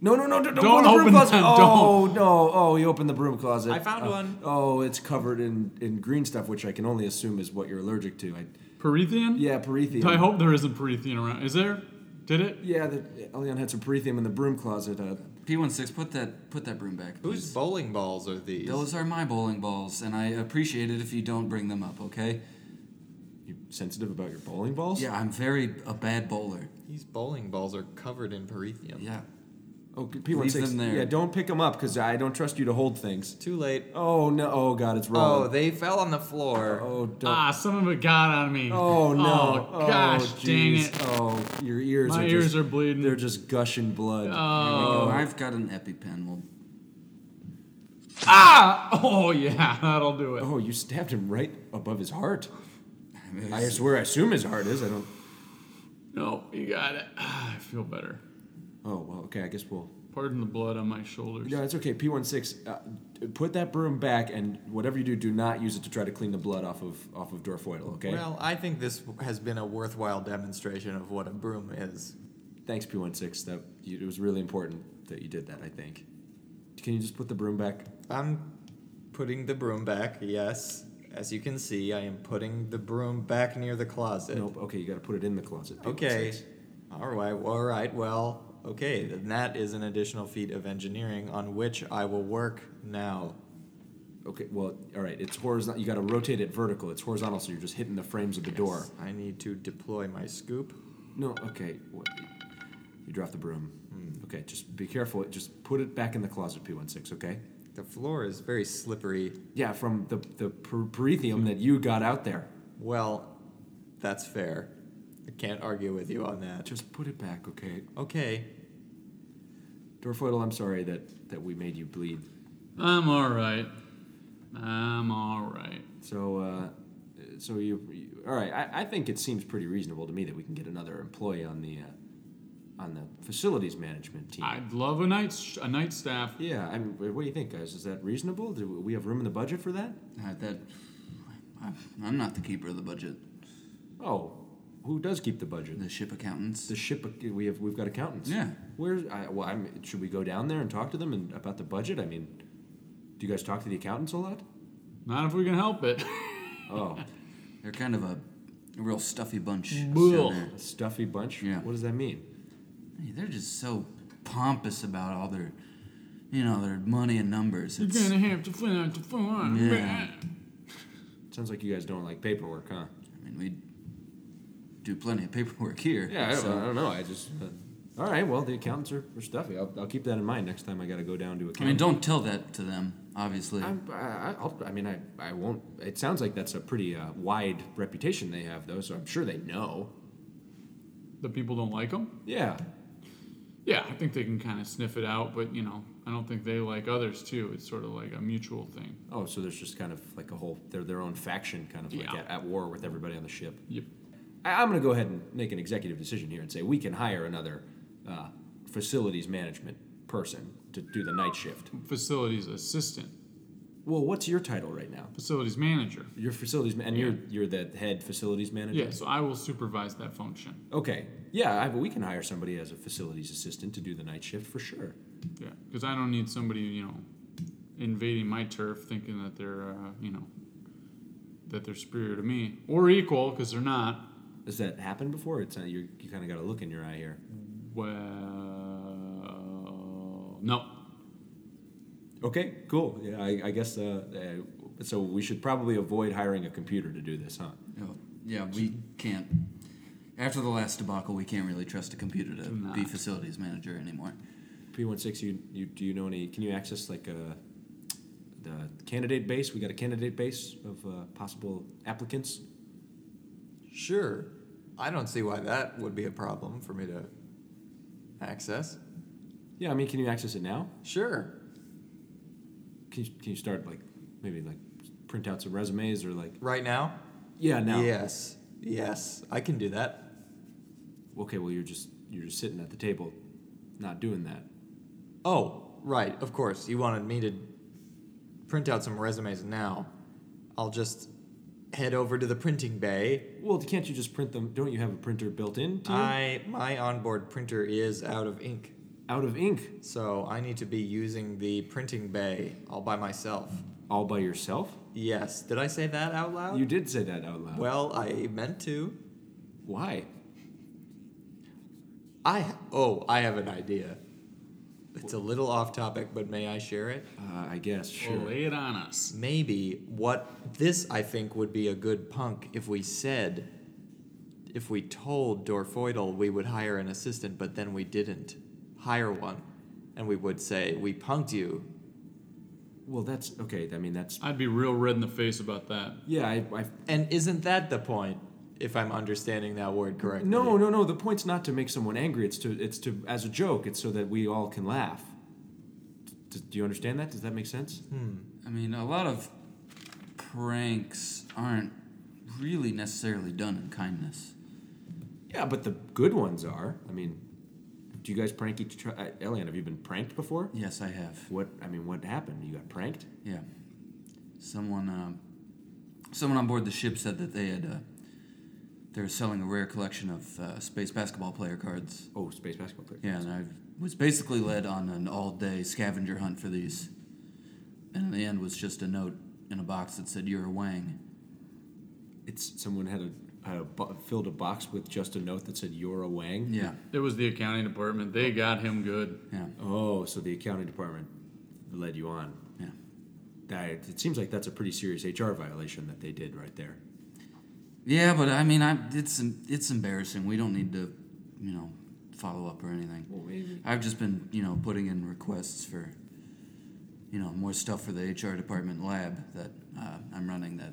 [SPEAKER 6] No, no, no, don't, go to
[SPEAKER 7] Don't
[SPEAKER 6] broom
[SPEAKER 7] open
[SPEAKER 6] closet.
[SPEAKER 7] that,
[SPEAKER 6] Oh no! Oh, you opened the broom closet.
[SPEAKER 5] I found
[SPEAKER 6] Uh,
[SPEAKER 5] one.
[SPEAKER 6] Oh, it's covered in, in green stuff, which I can only assume is what you're allergic to. I,
[SPEAKER 7] Promethean?
[SPEAKER 6] yeah, Promethean.
[SPEAKER 7] I hope there isn't Promethean around. Is there? Did it?
[SPEAKER 6] Yeah, the, Elion had some Prometheum in the broom closet. Uh,
[SPEAKER 4] P16, put that put that broom back.
[SPEAKER 5] Whose
[SPEAKER 4] please.
[SPEAKER 5] bowling balls are these?
[SPEAKER 4] Those are my bowling balls, and I appreciate it if you don't bring them up, okay?
[SPEAKER 6] you sensitive about your bowling balls?
[SPEAKER 4] Yeah, I'm very a bad bowler.
[SPEAKER 5] These bowling balls are covered in parethium.
[SPEAKER 4] Yeah.
[SPEAKER 6] Oh, P one
[SPEAKER 4] Leave
[SPEAKER 6] six.
[SPEAKER 4] them there.
[SPEAKER 6] Yeah, don't pick them up because I don't trust you to hold things.
[SPEAKER 5] Too late.
[SPEAKER 6] Oh no! Oh god, it's
[SPEAKER 5] Oh,
[SPEAKER 6] rolling.
[SPEAKER 5] they fell on the floor.
[SPEAKER 6] oh don't.
[SPEAKER 7] Ah, some of it got on me.
[SPEAKER 6] Oh no!
[SPEAKER 7] Oh, gosh, dang
[SPEAKER 6] jeez.
[SPEAKER 7] it.
[SPEAKER 6] Oh, your ears.
[SPEAKER 7] My
[SPEAKER 6] are
[SPEAKER 7] ears
[SPEAKER 6] just,
[SPEAKER 7] are bleeding.
[SPEAKER 6] They're just gushing blood.
[SPEAKER 4] Oh, I've got an EpiPen. Well,
[SPEAKER 7] Ah! Oh yeah, that'll do it.
[SPEAKER 6] Oh, you stabbed him right above his heart. I swear, I assume his heart is. I don't.
[SPEAKER 7] No, you got it. Ah, I feel better.
[SPEAKER 6] Oh well, okay. I guess we'll.
[SPEAKER 7] Pardon the blood on my shoulders.
[SPEAKER 6] No, it's okay. P16, uh, d- put that broom back, and whatever you do, do not use it to try to clean the blood off of off of Dorfoidal. Okay.
[SPEAKER 5] Well, I think this has been a worthwhile demonstration of what a broom is.
[SPEAKER 6] Thanks, P16. That you, it was really important that you did that. I think. Can you just put the broom back?
[SPEAKER 5] I'm putting the broom back, yes. As you can see, I am putting the broom back near the closet.
[SPEAKER 6] Nope. Okay, you got to put it in the closet. P16.
[SPEAKER 5] Okay. All right. well, All right. Well, okay. Then that is an additional feat of engineering on which I will work now.
[SPEAKER 6] Okay. Well, all right. It's horizontal. You got to rotate it vertical. It's horizontal, so you're just hitting the frames of the door.
[SPEAKER 5] I need to deploy my scoop.
[SPEAKER 6] No, okay. What? You dropped the broom. Okay, just be careful. Just put it back in the closet, P16, okay?
[SPEAKER 5] The floor is very slippery.
[SPEAKER 6] Yeah, from the, the per- perithium that you got out there.
[SPEAKER 5] Well, that's fair. I can't argue with you on that.
[SPEAKER 6] Just put it back, okay?
[SPEAKER 5] Okay.
[SPEAKER 6] Dorfoidal, I'm sorry that, that we made you bleed.
[SPEAKER 7] I'm all right. I'm all right.
[SPEAKER 6] So, uh, so you, you all right? I, I think it seems pretty reasonable to me that we can get another employee on the, uh, on the facilities management team.
[SPEAKER 7] I'd love a night sh- a night staff.
[SPEAKER 6] yeah, I mean, what do you think, guys? Is that reasonable? Do we have room in the budget for that?
[SPEAKER 4] I- that I- I'm not the keeper of the budget.
[SPEAKER 6] Oh, who does keep the budget?
[SPEAKER 4] The ship accountants.
[SPEAKER 6] The ship we have we've got accountants.
[SPEAKER 4] Yeah.
[SPEAKER 6] Where I, well, I'm, should we go down there and talk to them and about the budget? I mean, do you guys talk to the accountants a lot?
[SPEAKER 7] Not if we can help it.
[SPEAKER 6] Oh,
[SPEAKER 4] They're kind of a, a real stuffy bunch.
[SPEAKER 7] Bull.
[SPEAKER 4] down there.
[SPEAKER 6] a stuffy bunch.
[SPEAKER 4] Yeah.
[SPEAKER 6] What does that mean?
[SPEAKER 4] Hey, they're just so pompous about all their, you know, their money and numbers.
[SPEAKER 7] You're
[SPEAKER 4] It's,
[SPEAKER 7] gonna have to find out the phone.
[SPEAKER 4] Yeah.
[SPEAKER 6] Sounds like you guys don't like paperwork, huh?
[SPEAKER 4] I mean, we do plenty of paperwork here.
[SPEAKER 6] Yeah. I don't, I
[SPEAKER 4] so-
[SPEAKER 6] don't know. I just. Uh, all right. Well, the accountants are, are stuffy. I'll, I'll keep that in mind next time I got to go down to
[SPEAKER 4] I mean,
[SPEAKER 6] account.
[SPEAKER 4] don't tell that to them, obviously.
[SPEAKER 6] I'm, I, I'll, I mean, I, I won't. It sounds like that's a pretty uh, wide reputation they have, though. So I'm sure they know.
[SPEAKER 7] The people don't like them.
[SPEAKER 6] Yeah.
[SPEAKER 7] Yeah, I think they can kind of sniff it out, but you know, I don't think they like others too. It's sort of like a mutual thing.
[SPEAKER 6] Oh, so there's just kind of like a whole they're their own faction, kind of like
[SPEAKER 7] Yeah.
[SPEAKER 6] at, at war with everybody on the ship.
[SPEAKER 7] Yep.
[SPEAKER 6] I, I'm going to go ahead and make an executive decision here and say we can hire another uh, facilities management person to do the night shift.
[SPEAKER 7] Facilities assistant,
[SPEAKER 6] Well, what's your title right now?
[SPEAKER 7] facilities manager.
[SPEAKER 6] Your facilities, ma- and you're you're the head facilities manager.
[SPEAKER 7] Yeah, so I will supervise that function.
[SPEAKER 6] Okay. Yeah, I, we can hire somebody as a facilities assistant to do the night shift for sure.
[SPEAKER 7] Yeah, because I don't need somebody you know invading my turf, thinking that they're uh, you know that they're superior to me or equal, because they're not.
[SPEAKER 6] Has that happened before? It's not, you you kind of got a look in your eye here.
[SPEAKER 7] Well, no.
[SPEAKER 6] Okay, cool. Yeah, I, I guess uh, uh, so. We should probably avoid hiring a computer to do this, huh?
[SPEAKER 4] Oh, yeah, we can't. After the last debacle, we can't really trust a computer to be facilities manager anymore.
[SPEAKER 6] P16, you, you do you know any? Can you access like a the candidate base? We got a candidate base of uh, possible applicants.
[SPEAKER 5] Sure. I don't see why that would be a problem for me to access.
[SPEAKER 6] Yeah, I mean, can you access it now?
[SPEAKER 5] Sure.
[SPEAKER 6] Can you, can you start like maybe like print out some resumes or like?
[SPEAKER 5] Right now?
[SPEAKER 6] Yeah, now.
[SPEAKER 5] Yes. Yes. I can do that.
[SPEAKER 6] Okay, well you're just you're just sitting at the table, not doing that.
[SPEAKER 5] Oh, right. Of course. You wanted me to print out some resumes now. I'll just head over to the printing bay.
[SPEAKER 6] Well, can't you just print them? Don't you have a printer built in? To you?
[SPEAKER 5] I my onboard printer is out of ink,
[SPEAKER 6] Out of ink,
[SPEAKER 5] so I need to be using the printing bay all by myself.
[SPEAKER 6] all by yourself.
[SPEAKER 5] Yes. Did I say that out loud?
[SPEAKER 6] You did say that out loud.
[SPEAKER 5] well, I meant to.
[SPEAKER 6] Why?
[SPEAKER 5] I oh, I have an idea. It's a little off topic, but may I share it?
[SPEAKER 6] Uh, I guess sure.
[SPEAKER 7] Well, lay it on us.
[SPEAKER 5] maybe what this I think would be a good punk if we said if we told Dorfoidal we would hire an assistant, but then we didn't hire one. and we would say, "We punked you."
[SPEAKER 6] Well, that's okay. I mean, that's
[SPEAKER 7] I'd be real red in the face about that.
[SPEAKER 6] yeah. I, I
[SPEAKER 5] And isn't that the point? If I'm understanding that word correctly.
[SPEAKER 6] no, no, no. The point's not to make someone angry. It's to it's to as a joke. It's so that we all can laugh. D- do you understand that? Does that make sense?
[SPEAKER 4] I mean, a lot of pranks aren't really necessarily done in kindness.
[SPEAKER 6] Yeah, but the good ones are. I mean, do you guys prank each other? Elian, have you been pranked before?
[SPEAKER 4] Yes, I have.
[SPEAKER 6] What I mean, what happened? You got pranked?
[SPEAKER 4] Yeah. Someone, um, someone on board the ship said that they had, uh, they were selling a rare collection of uh, space basketball player cards.
[SPEAKER 6] Oh, space basketball player.
[SPEAKER 4] Yeah, and I was basically led on an all-day scavenger hunt for these, and in the end was just a note in a box that said "You're a Wang."
[SPEAKER 6] It's someone had a, had a bo- filled a box with just a note that said "You're a Wang."
[SPEAKER 4] Yeah,
[SPEAKER 7] It was the accounting department. They got him good.
[SPEAKER 4] yeah,
[SPEAKER 6] Oh, so the accounting department led you on.
[SPEAKER 4] yeah.
[SPEAKER 6] That it seems like that's a pretty serious HR violation that they did right there.
[SPEAKER 4] Yeah, but I mean, I it's it's embarrassing. We don't need to, you know, follow up or anything. I've just been, you know, putting in requests for, you know, more stuff for the HR department lab that uh, I'm running. That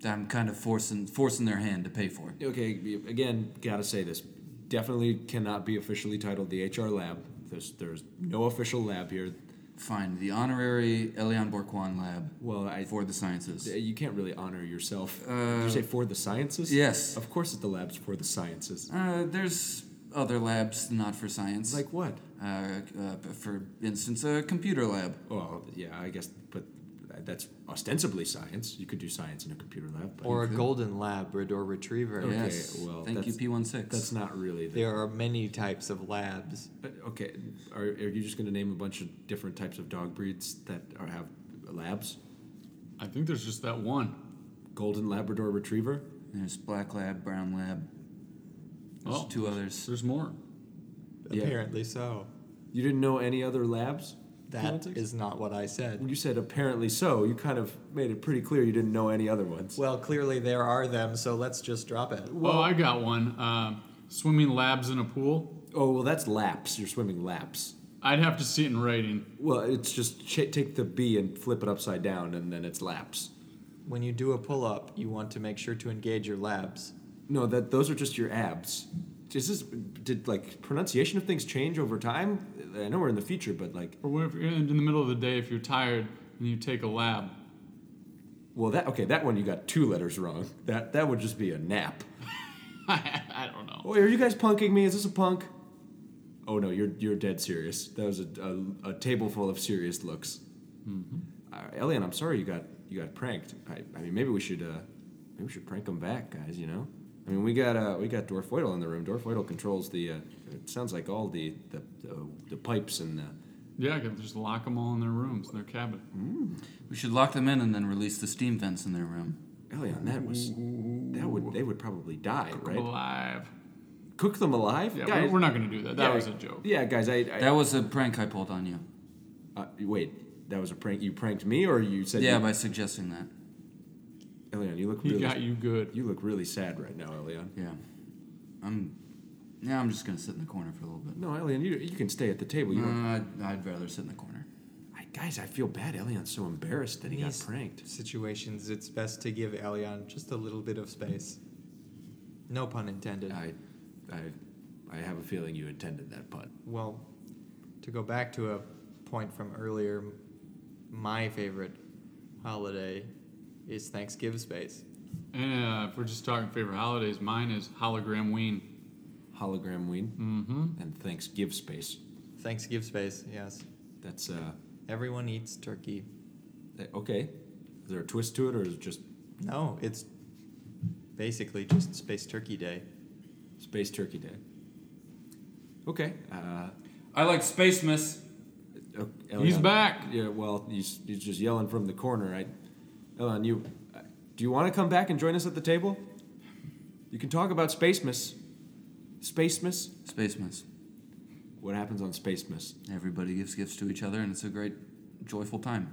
[SPEAKER 4] that I'm kind of forcing forcing their hand to pay for.
[SPEAKER 6] Okay, be- again, gotta say this. Definitely cannot be officially titled the HR lab. There's there's no official lab here.
[SPEAKER 4] Fine, the honorary Elian Borquan lab
[SPEAKER 6] Well, I
[SPEAKER 4] for the sciences.
[SPEAKER 6] you can't really honor yourself. Did you say for the sciences?
[SPEAKER 4] yes.
[SPEAKER 6] Of course, it's the lab's for the sciences.
[SPEAKER 4] Uh, there's other labs not for science,
[SPEAKER 6] Like what?
[SPEAKER 4] uh, uh, for instance, a computer lab.
[SPEAKER 6] Well, yeah, I guess, but that's ostensibly science. You could do science in a computer lab, but
[SPEAKER 5] Or a golden lab or retriever.
[SPEAKER 6] Okay,
[SPEAKER 4] yes.
[SPEAKER 6] well,
[SPEAKER 4] Thank you,
[SPEAKER 6] that's-
[SPEAKER 4] P16.
[SPEAKER 6] that's not really the.
[SPEAKER 5] There are many types of labs.
[SPEAKER 6] But, okay, are, are you just going to name a bunch of different types of dog breeds that are, have labs?
[SPEAKER 7] I think there's just that one.
[SPEAKER 6] Golden Labrador Retriever.
[SPEAKER 4] There's black lab, brown lab. There's
[SPEAKER 7] Oh.
[SPEAKER 4] two others.
[SPEAKER 7] There's more.
[SPEAKER 6] Yeah.
[SPEAKER 5] Apparently so.
[SPEAKER 6] You didn't know any other labs?
[SPEAKER 5] That
[SPEAKER 6] P16?
[SPEAKER 5] is not what I said.
[SPEAKER 6] You said apparently so. You kind of made it pretty clear you didn't know any other ones.
[SPEAKER 5] Well, clearly there are them, so let's just drop it.
[SPEAKER 7] oh, I got one. Um swimming labs in a pool.
[SPEAKER 6] oh well, that's laps. You're swimming laps.
[SPEAKER 7] I'd have to see it in writing.
[SPEAKER 6] Well, it's just ch- take the B and flip it upside down, and then it's laps.
[SPEAKER 5] When you do a pull up, you want to make sure to engage your labs.
[SPEAKER 6] No, that those are just your abs. Is this did like pronunciation of things change over time? I know we're in the future, but like,
[SPEAKER 7] Or whatever, in the middle of the day, if you're tired and you take a lab.
[SPEAKER 6] well, that okay, that one you got two letters wrong. That that would just be a nap.
[SPEAKER 7] I don't know.
[SPEAKER 6] Oh, are you guys punking me? Is this a punk? Oh no, you're you're dead serious. That was a a, a table full of serious looks.
[SPEAKER 7] Mm-hmm.
[SPEAKER 6] Uh, Elian, I'm sorry you got you got pranked. I, I mean, maybe we should uh, maybe we should prank them back, guys. You know, I mean, we got uh, we got Dorfoidal in the room. Dorfoidal controls the. Uh, it sounds like all the the, the, the pipes and the.
[SPEAKER 7] Yeah, I could just lock them all in their rooms, their cabin.
[SPEAKER 4] We should lock them in and then release the steam vents in their room.
[SPEAKER 6] Elian, that was that would they would probably die, right?
[SPEAKER 7] Alive.
[SPEAKER 6] Cook them alive,
[SPEAKER 7] Yeah,
[SPEAKER 6] guys.
[SPEAKER 7] we're, we're not going to do that. That
[SPEAKER 6] yeah,
[SPEAKER 7] was a joke.
[SPEAKER 6] Yeah, guys, I, I
[SPEAKER 4] That was a prank I pulled on you.
[SPEAKER 6] Uh, wait, that was a prank. You pranked me, or you said
[SPEAKER 4] Yeah,
[SPEAKER 6] You,
[SPEAKER 4] by suggesting that.
[SPEAKER 6] Elian, you look
[SPEAKER 7] He
[SPEAKER 6] really.
[SPEAKER 7] got you good.
[SPEAKER 6] you look really sad right now, Elian.
[SPEAKER 4] Yeah. I'm. Yeah, I'm just gonna sit in the corner for a little bit.
[SPEAKER 6] No, Elian, you, you can stay at the table. You don't,
[SPEAKER 4] Uh, I'd, I'd rather sit in the corner.
[SPEAKER 7] Mm.
[SPEAKER 6] I, guys, I feel bad. Elian's so embarrassed that he got
[SPEAKER 5] Yes.
[SPEAKER 6] pranked.
[SPEAKER 5] Situations, it's best to give Elion just a little bit of space. No pun intended.
[SPEAKER 6] I, I, I have a feeling you intended that pun.
[SPEAKER 5] Well, to go back to a point from earlier, my favorite holiday is Thanksgiving space.
[SPEAKER 7] And uh, if we're just talking favorite holidays, mine is hologram ween.
[SPEAKER 6] Hologram ween
[SPEAKER 7] Mm-hmm.
[SPEAKER 6] and thanks give space.
[SPEAKER 5] Thanksgiving space, yes.
[SPEAKER 6] That's uh,
[SPEAKER 5] Everyone eats turkey.
[SPEAKER 6] eh, okay. Is there a twist to it, or is it just
[SPEAKER 5] No, it's basically just Space Turkey Day.
[SPEAKER 6] space turkey day? Okay. Uh,
[SPEAKER 4] I like space, miss.
[SPEAKER 6] Oh,
[SPEAKER 7] He's
[SPEAKER 6] Elian.
[SPEAKER 7] back.
[SPEAKER 6] Yeah, well, he's, he's just yelling from the corner. I, Elon, you, I- do you want to come back and join us at the table? You can talk about Space Miss. Space Miss?
[SPEAKER 4] Space, miss.
[SPEAKER 6] What happens on Space Miss?
[SPEAKER 4] Everybody gives gifts to each other, and it's a great, joyful time.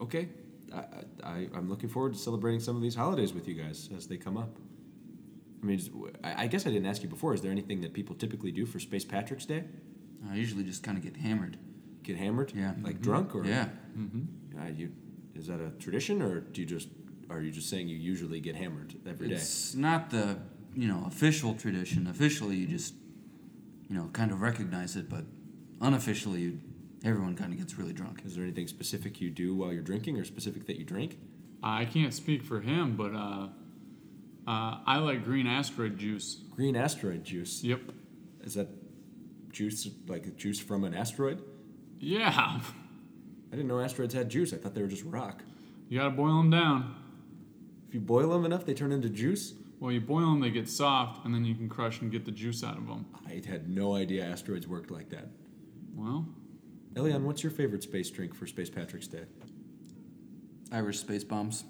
[SPEAKER 6] Okay, I, I- I, I'm looking forward to celebrating some of these holidays with you guys as they come up. I mean, is- I I guess I didn't ask you before. Is there anything that people typically do for Space Patrick's Day?
[SPEAKER 4] I usually just kind of get hammered.
[SPEAKER 6] Get hammered?
[SPEAKER 4] Yeah. Mm-hmm.
[SPEAKER 6] Like drunk or
[SPEAKER 4] Yeah.
[SPEAKER 6] Uh, you, is that a tradition or do you just are you just saying you usually get hammered every day?
[SPEAKER 4] It's not the you know official tradition. Officially, you just you know kind of recognize it, but unofficially, you, everyone kind of gets really drunk.
[SPEAKER 6] Is there anything specific you do while you're drinking or specific that you drink?
[SPEAKER 7] Uh, I can't speak for him, but uh, uh, I like green asteroid juice.
[SPEAKER 6] Green asteroid juice.
[SPEAKER 7] Yep.
[SPEAKER 6] Is that juice like juice from an asteroid?
[SPEAKER 7] Yeah.
[SPEAKER 6] I didn't know asteroids had juice. I thought they were just rock.
[SPEAKER 7] You gotta boil them down.
[SPEAKER 6] If you boil them enough, they turn into juice.
[SPEAKER 7] Well, you boil them, they get soft, and then you can crush and get the juice out of them.
[SPEAKER 6] I had no idea asteroids worked like that.
[SPEAKER 7] Well,
[SPEAKER 6] Elion, what's your favorite space drink for Space Patrick's Day?
[SPEAKER 4] Irish space bombs.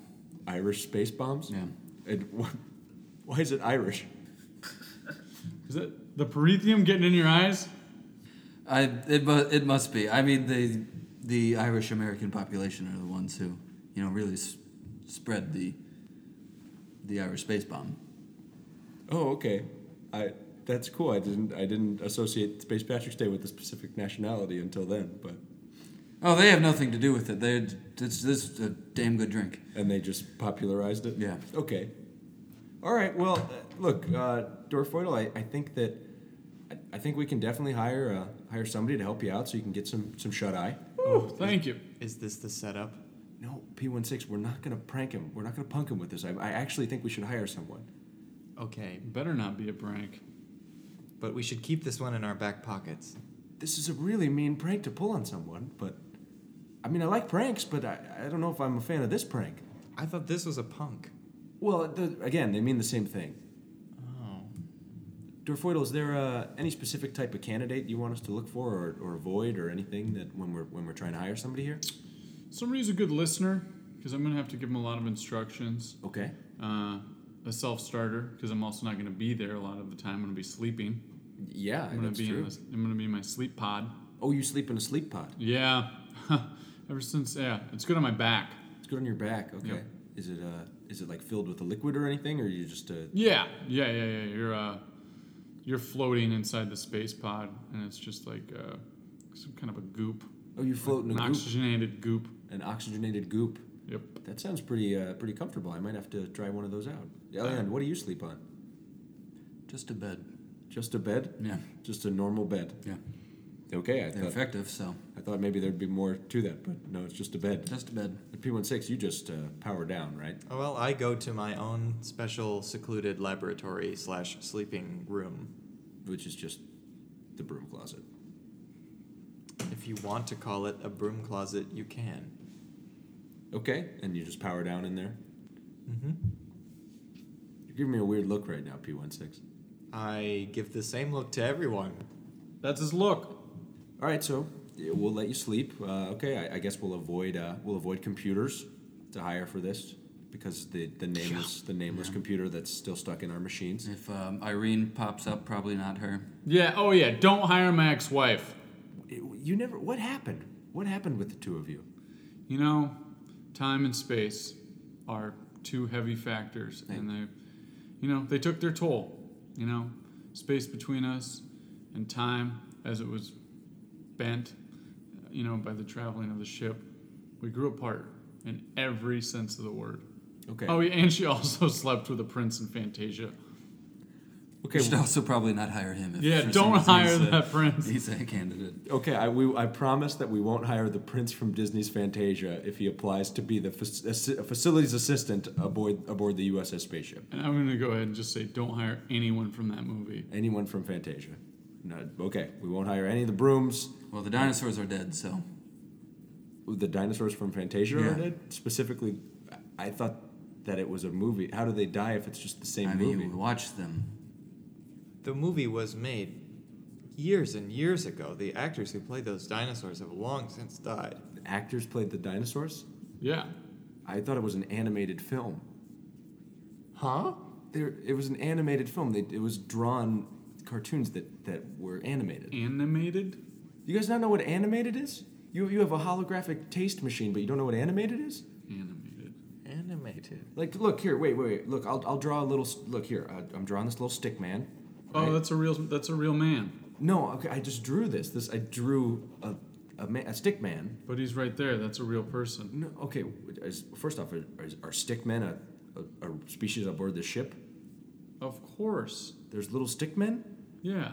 [SPEAKER 6] Irish space bombs?
[SPEAKER 4] Yeah.
[SPEAKER 6] And wh- why is it Irish?
[SPEAKER 7] is that the parethium getting in your eyes?
[SPEAKER 4] I it mu- it must be. I mean the the Irish American population are the ones who you know really s- spread the the Irish space bomb.
[SPEAKER 6] Oh, okay. I that's cool. I didn't I didn't associate Space Patrick's Day with a specific nationality until then, but
[SPEAKER 4] Oh, they have nothing to do with it. They this this is a damn good drink.
[SPEAKER 6] and they just popularized it.
[SPEAKER 4] Yeah.
[SPEAKER 6] Okay. All right. Well, uh, look, uh, Dorfoidal, I, I think that I, I think we can definitely hire uh, hire somebody to help you out so you can get some some shut eye.
[SPEAKER 7] Thank you.
[SPEAKER 5] Is this the setup?
[SPEAKER 6] No, P16, we're not gonna prank him. We're not gonna punk him with this. I, I actually think we should hire someone.
[SPEAKER 5] Okay,
[SPEAKER 7] Better not be a prank.
[SPEAKER 5] but we should keep this one in our back pockets.
[SPEAKER 6] This is a really mean prank to pull on someone, but I mean, I like pranks, but I, I don't know if I'm a fan of this prank.
[SPEAKER 5] I thought this was a punk.
[SPEAKER 6] Well, the, again, they mean the same thing.
[SPEAKER 5] Oh.
[SPEAKER 6] Dorfoidal, is there uh, any specific type of candidate you want us to look for or, or avoid or anything that when we're when we're trying to hire somebody here?
[SPEAKER 7] Somebody's a good listener, because I'm gonna have to give him a lot of instructions.
[SPEAKER 6] Okay.
[SPEAKER 7] Uh, a self starter, because I'm also not gonna be there a lot of the time. I'm gonna be sleeping.
[SPEAKER 6] Yeah,
[SPEAKER 7] I'm gonna
[SPEAKER 6] that's
[SPEAKER 7] be
[SPEAKER 6] true.
[SPEAKER 7] in this, I'm gonna be in my sleep pod.
[SPEAKER 6] Oh, you sleep in a sleep pod.
[SPEAKER 7] Yeah. Ever since, yeah, it's good on my back.
[SPEAKER 6] It's good on your back. Okay.
[SPEAKER 7] Yep.
[SPEAKER 6] Is it uh is it like filled with a liquid or anything, or you just uh
[SPEAKER 7] Yeah, yeah, yeah, yeah. You're uh, you're floating inside the space pod, and it's just like uh, some kind of a goop,
[SPEAKER 6] oh you float in a
[SPEAKER 7] an
[SPEAKER 6] goop,
[SPEAKER 7] oxygenated goop.
[SPEAKER 6] an oxygenated goop.
[SPEAKER 7] Yep.
[SPEAKER 6] That sounds pretty uh pretty comfortable. I might have to try one of those out.
[SPEAKER 7] Uh,
[SPEAKER 6] Elian, what do you sleep on?
[SPEAKER 4] Just a bed.
[SPEAKER 6] Just a bed?
[SPEAKER 4] Yeah,
[SPEAKER 6] Just a normal bed.
[SPEAKER 4] yeah.
[SPEAKER 6] Okay, I
[SPEAKER 4] They're
[SPEAKER 6] thought
[SPEAKER 4] effective, so
[SPEAKER 6] I thought maybe there'd be more to that, but no, it's just a bed.
[SPEAKER 4] just a bed.
[SPEAKER 6] The P16, you just uh, power down, right?
[SPEAKER 5] Oh, well, I go to my own special secluded laboratory slash sleeping room,
[SPEAKER 6] Which is just the broom closet.
[SPEAKER 5] if you want to call it a broom closet. You can.
[SPEAKER 6] Okay, and you just power down in there.
[SPEAKER 5] Mm-hmm.
[SPEAKER 6] You're giving me a weird look right now, P16.
[SPEAKER 5] I give the same look to everyone.
[SPEAKER 7] That's his look.
[SPEAKER 6] All right, so yeah, we'll let you sleep. Uh, okay, I, I guess we'll avoid uh, we'll avoid computers to hire for this because the the nameless the nameless computer that's still stuck in our machines.
[SPEAKER 4] If um, Irene pops up, probably not her.
[SPEAKER 7] Yeah. Oh yeah. Don't hire my ex-wife.
[SPEAKER 6] It- you never. What happened? What happened with the two of you?
[SPEAKER 7] You know, time and space are two heavy factors, and they, you know, they took their toll. You know, space between us and time, as it was bent, you know, by the traveling of the ship, we grew apart in every sense of the word.
[SPEAKER 6] Okay.
[SPEAKER 7] Oh, yeah, and she also slept with a prince in Fantasia.
[SPEAKER 6] okay.
[SPEAKER 4] You should also probably not hire him. If
[SPEAKER 7] Yeah,
[SPEAKER 4] for some
[SPEAKER 7] don't
[SPEAKER 4] reason
[SPEAKER 7] hire
[SPEAKER 4] he's a-
[SPEAKER 7] that prince.
[SPEAKER 4] He's a candidate.
[SPEAKER 6] Okay, I, we, I promise that we won't hire the prince from Disney's Fantasia if he applies to be the fac- assi- facilities assistant aboard, aboard the USS Spaceship.
[SPEAKER 7] And I'm gonna go ahead and just say, don't hire anyone from that movie.
[SPEAKER 6] Anyone from Fantasia. No, okay, we won't hire any of the brooms.
[SPEAKER 4] Well, the dinosaurs are dead, so
[SPEAKER 6] The dinosaurs from Fantasia are
[SPEAKER 4] Yeah.
[SPEAKER 6] dead? Specifically, I- I thought that it was a movie. How do they die if it's just the same
[SPEAKER 4] I mean,
[SPEAKER 6] movie?
[SPEAKER 4] you watch them.
[SPEAKER 5] The movie was made years and years ago. The actors who played those dinosaurs have long since died.
[SPEAKER 6] The actors played the dinosaurs?
[SPEAKER 7] Yeah.
[SPEAKER 6] I thought it was an animated film.
[SPEAKER 5] Huh?
[SPEAKER 6] There, it was an animated film. They, it was drawn cartoons that, that were animated.
[SPEAKER 7] Animated?
[SPEAKER 6] You guys not know what animated is? You, you have a holographic taste machine, but you don't know what animated is?
[SPEAKER 7] Animated.
[SPEAKER 5] Animated.
[SPEAKER 6] Like, look here, wait, wait, wait. uh, Look, I'll, I'll draw a little. s- Look here, I, I'm drawing this little stick man.
[SPEAKER 7] Oh,
[SPEAKER 6] right?
[SPEAKER 7] that's a real that's a real man.
[SPEAKER 6] No, okay, I just drew this. This I drew a a, ma- a stick man.
[SPEAKER 7] But he's right there. That's a real person.
[SPEAKER 6] No, okay. w- Is, first off, are, is- are stick men a, a, a species aboard the ship?
[SPEAKER 7] Of course.
[SPEAKER 6] There's little stick men.
[SPEAKER 7] Yeah.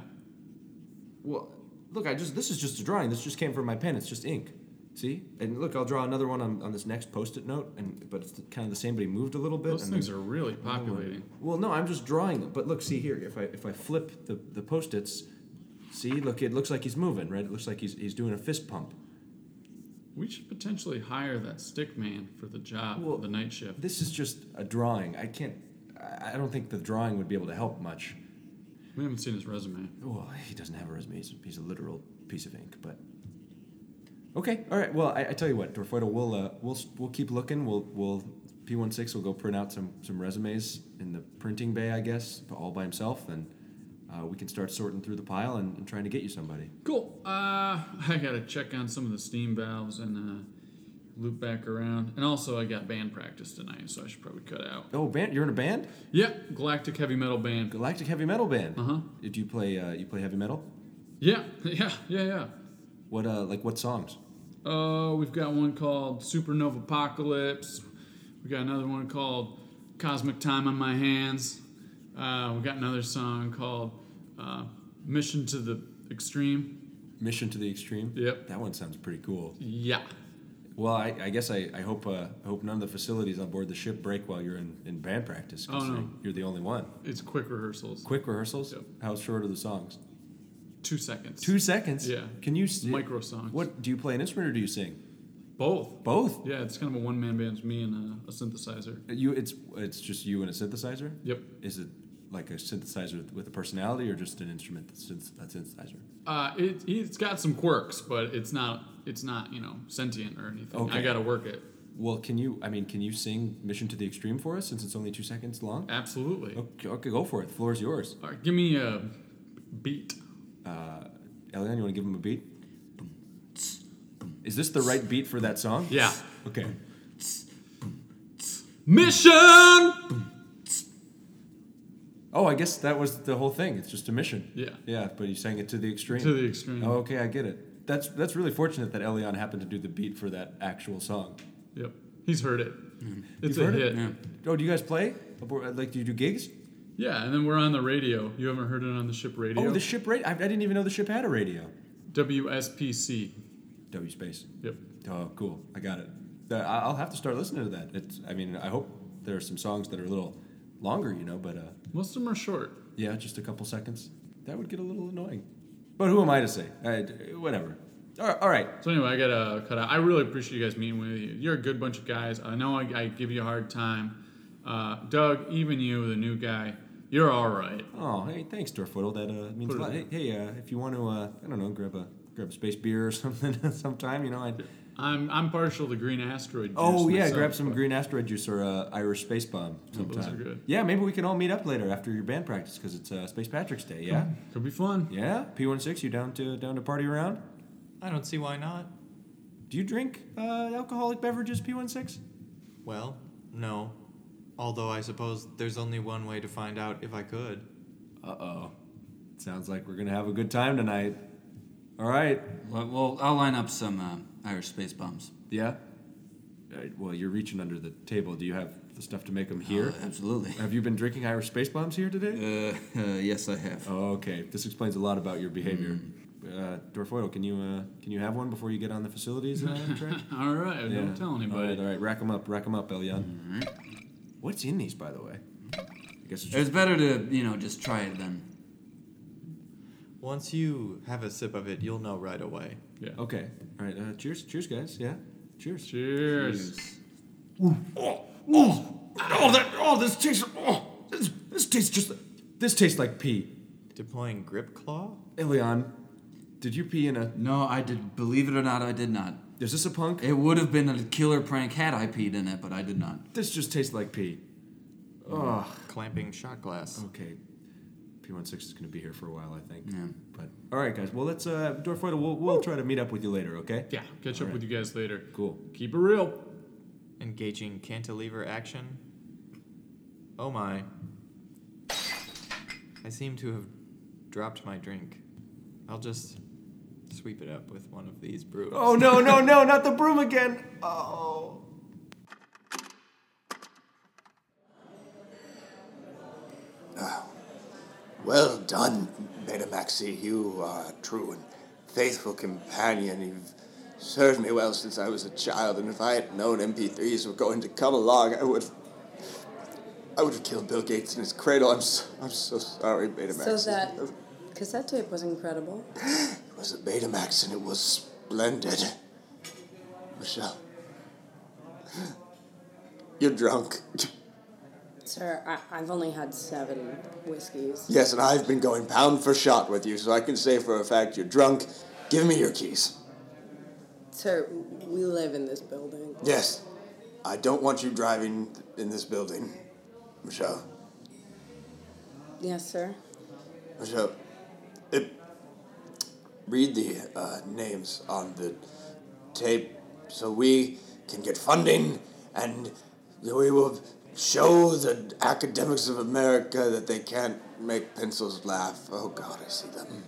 [SPEAKER 6] Well, look, I just this is just a drawing. This just came from my pen. It's just ink. See? And look, I'll draw another one on, on this next post-it note, and but it's kind of the same, but he moved a little bit.
[SPEAKER 7] Those
[SPEAKER 6] and
[SPEAKER 7] things
[SPEAKER 6] then-
[SPEAKER 7] are really populating.
[SPEAKER 6] Well, no, I'm just drawing them. But look, see here. If I if I flip the the post-its, see, look, it looks like he's moving, right? It looks like he's he's doing a fist pump.
[SPEAKER 7] We should potentially hire that stick man for the job,
[SPEAKER 6] Well,
[SPEAKER 7] the night shift.
[SPEAKER 6] This is just a drawing. I can't. I I don't think the drawing would be able to help much.
[SPEAKER 7] We haven't seen his resume.
[SPEAKER 6] Well, he doesn't have a resume. He's, he's a literal piece of ink, but okay, all right. Well, I, I tell you what, Dorfoidal, we'll uh, we'll s- we'll keep looking. We'll we'll P16 will go print out some some resumes in the printing bay, I guess, all by himself, and uh, we can start sorting through the pile and, and trying to get you somebody.
[SPEAKER 7] Cool. Uh, I gotta check on some of the steam valves and uh, loop back around. And also, I got band practice tonight, so I should probably cut out.
[SPEAKER 6] Oh, band, you're in a band,
[SPEAKER 7] Yep, Galactic Heavy Metal Band.
[SPEAKER 6] Galactic Heavy Metal Band.
[SPEAKER 7] Uh huh.
[SPEAKER 6] Do you play uh, you play heavy metal?
[SPEAKER 7] Yeah, yeah, yeah,
[SPEAKER 6] What uh like what songs?
[SPEAKER 7] yeah. Uh, we've got one called Supernova Apocalypse. We got another one called Cosmic Time on My Hands. Uh, we got another song called uh, Mission to the Extreme.
[SPEAKER 6] Mission to the Extreme.
[SPEAKER 7] Yep.
[SPEAKER 6] That one sounds pretty cool.
[SPEAKER 7] Yeah.
[SPEAKER 6] Well, I, I guess I, I hope uh, I hope none of the facilities on board the ship break while you're in, in band practice.
[SPEAKER 7] Oh, no.
[SPEAKER 6] considering You're the only one.
[SPEAKER 7] It's quick rehearsals.
[SPEAKER 6] Quick rehearsals.
[SPEAKER 7] Yep.
[SPEAKER 6] How short are the songs?
[SPEAKER 7] Two seconds.
[SPEAKER 6] Two seconds.
[SPEAKER 7] Yeah.
[SPEAKER 6] Can you s-
[SPEAKER 7] Micro songs.
[SPEAKER 6] What do you play an instrument or do you sing?
[SPEAKER 7] Both.
[SPEAKER 6] Both.
[SPEAKER 7] Yeah, it's kind of a one man band. It's me and a, a synthesizer.
[SPEAKER 6] You it's it's just you and a synthesizer.
[SPEAKER 7] Yep.
[SPEAKER 6] Is it like a synthesizer with a personality or just an instrument that's synth- a synthesizer?
[SPEAKER 7] Uh, it, it's got some quirks, but it's not it's not you know sentient or anything. I
[SPEAKER 6] Okay.
[SPEAKER 7] got to work it.
[SPEAKER 6] Well, can you? I mean, can you sing "Mission to the Extreme" for us since it's only two seconds long?
[SPEAKER 7] Absolutely.
[SPEAKER 6] Okay, okay, go for it. The floor is yours.
[SPEAKER 7] All right, give me a beat.
[SPEAKER 6] Uh, Elian, you want to give him a beat? Is this the right beat for that song?
[SPEAKER 7] Yeah.
[SPEAKER 6] Okay.
[SPEAKER 7] Mission.
[SPEAKER 6] Oh, I guess that was the whole thing. It's just a mission.
[SPEAKER 7] Yeah.
[SPEAKER 6] Yeah, but you sang it to the extreme.
[SPEAKER 7] To the extreme.
[SPEAKER 6] Oh, okay, I get it. That's that's really fortunate that Elian happened to do the beat for that actual song.
[SPEAKER 7] Yep. He's heard it. It's
[SPEAKER 6] Mm. You've
[SPEAKER 7] a
[SPEAKER 6] heard
[SPEAKER 7] hit.
[SPEAKER 6] it? Oh, do you guys play? Abo- Like, do you do gigs?
[SPEAKER 7] Yeah, and then we're on the radio. You haven't heard it on the ship radio.
[SPEAKER 6] Oh, the ship radio. I, I didn't even know the ship had a radio.
[SPEAKER 7] WSPC.
[SPEAKER 6] W space.
[SPEAKER 7] Yep.
[SPEAKER 6] Oh, cool. I got it. Uh, I- I'll have to start listening to that. It's. I mean, I hope there are some songs that are a little longer, you know, but. uh
[SPEAKER 7] Most of them are short.
[SPEAKER 6] Yeah, just a couple seconds. That would get a little annoying. But who am I to say? I, whatever. All right, all right.
[SPEAKER 7] So anyway, I gotta cut out. I really appreciate you guys meeting with you. You're a good bunch of guys. I know I, I give you a hard time. Uh, Doug, even you, the new guy, you're all right.
[SPEAKER 6] Oh, hey, thanks, Dorfoidle. That uh, means
[SPEAKER 7] Put
[SPEAKER 6] a lot.
[SPEAKER 7] it
[SPEAKER 6] Hey,
[SPEAKER 7] in.
[SPEAKER 6] hey uh, if you want to, uh, I don't know, grab a grab a space beer or something sometime. You know, I'd.
[SPEAKER 7] I'm I'm partial to green asteroid. Juice
[SPEAKER 6] Oh yeah,
[SPEAKER 7] myself,
[SPEAKER 6] grab some
[SPEAKER 7] but-
[SPEAKER 6] green asteroid juice or uh, Irish space bomb
[SPEAKER 7] Oh,
[SPEAKER 6] sometime.
[SPEAKER 7] those are good.
[SPEAKER 6] Yeah, maybe we can all meet up later after your band practice because it's uh, Space Patrick's Day. Yeah,
[SPEAKER 7] Could be fun.
[SPEAKER 6] yeah. P16, you down to down to party around?
[SPEAKER 5] I don't see why not.
[SPEAKER 6] Do you drink uh, alcoholic beverages, P16?
[SPEAKER 5] Well, no. Although I suppose there's only one way to find out if I could.
[SPEAKER 6] Uh oh. Sounds like we're gonna have a good time tonight. All right.
[SPEAKER 4] Well, well I'll line up some uh, Irish space bombs.
[SPEAKER 6] Yeah. All right, well, you're reaching under the table. Do you have the stuff to make them here?
[SPEAKER 4] Uh, absolutely.
[SPEAKER 6] have you been drinking Irish space bombs here today?
[SPEAKER 4] Uh, uh, yes, I have.
[SPEAKER 6] Oh, okay. This explains a lot about your behavior.
[SPEAKER 7] Mm.
[SPEAKER 6] Uh, Dorfoidal, can you uh, can you have one before you get on the facilities uh, train?
[SPEAKER 7] All right, don't tell
[SPEAKER 6] All
[SPEAKER 7] anybody.
[SPEAKER 6] right, uh, all right. Rack them up. Rack them up, Elian. What's in these, by the way? I guess it's
[SPEAKER 4] It's better to you know just try it than
[SPEAKER 5] Once you have a sip of it, you'll know right away.
[SPEAKER 7] Yeah.
[SPEAKER 6] okay. All right. Uh, cheers. Cheers, guys. Yeah. Cheers.
[SPEAKER 7] Cheers.
[SPEAKER 6] Oh, oh, oh, that, oh, this tastes, oh, this, this tastes just, this tastes like pee.
[SPEAKER 5] Deploying Grip Claw?
[SPEAKER 6] Ilion, did you pee in a,
[SPEAKER 4] No, I did. Believe it or not, I did not.
[SPEAKER 6] is this a punk?
[SPEAKER 4] It would have been a killer prank had I peed in it, but I did not.
[SPEAKER 6] This just tastes like pee. Oh,
[SPEAKER 5] Clamping Shot Glass?
[SPEAKER 6] okay. P16 is going to be here for a while, I think.
[SPEAKER 4] Yeah.
[SPEAKER 6] But, all right, guys. Well, let's, uh, Dorfoidal, we'll, we'll try to meet up with you later, okay?
[SPEAKER 7] Yeah. Catch
[SPEAKER 6] All
[SPEAKER 7] up
[SPEAKER 6] right.
[SPEAKER 7] with you guys later.
[SPEAKER 6] Cool.
[SPEAKER 7] Keep it real.
[SPEAKER 5] Engaging Cantilever Action? Oh my. I seem to have dropped my drink. I'll just sweep it up with one of these brooms.
[SPEAKER 6] Oh no, no, no, not the broom again. Oh.
[SPEAKER 3] Well done, Betamaxi. You are a true and faithful companion. You've served me well since I was a child, and if I had known MP3s were going to come along, I would I would have killed Bill Gates in his cradle. I'm so, I'm so sorry, Betamax.
[SPEAKER 2] So that cassette tape was incredible.
[SPEAKER 3] It was a Betamax, and it was splendid. Michelle, you're drunk.
[SPEAKER 2] Sir, I, I've only had seven whiskeys.
[SPEAKER 3] Yes, and I've been going pound for shot with you, so I can say for a fact you're drunk. Give me your keys.
[SPEAKER 2] Sir, we live in this building.
[SPEAKER 3] Yes, I don't want you driving in this building, Michelle.
[SPEAKER 2] Yes, sir.
[SPEAKER 3] Michelle, it, read the uh, names on the tape so we can get funding and we will show the academics of America that they can't make pencils laugh. Oh, God, I see them.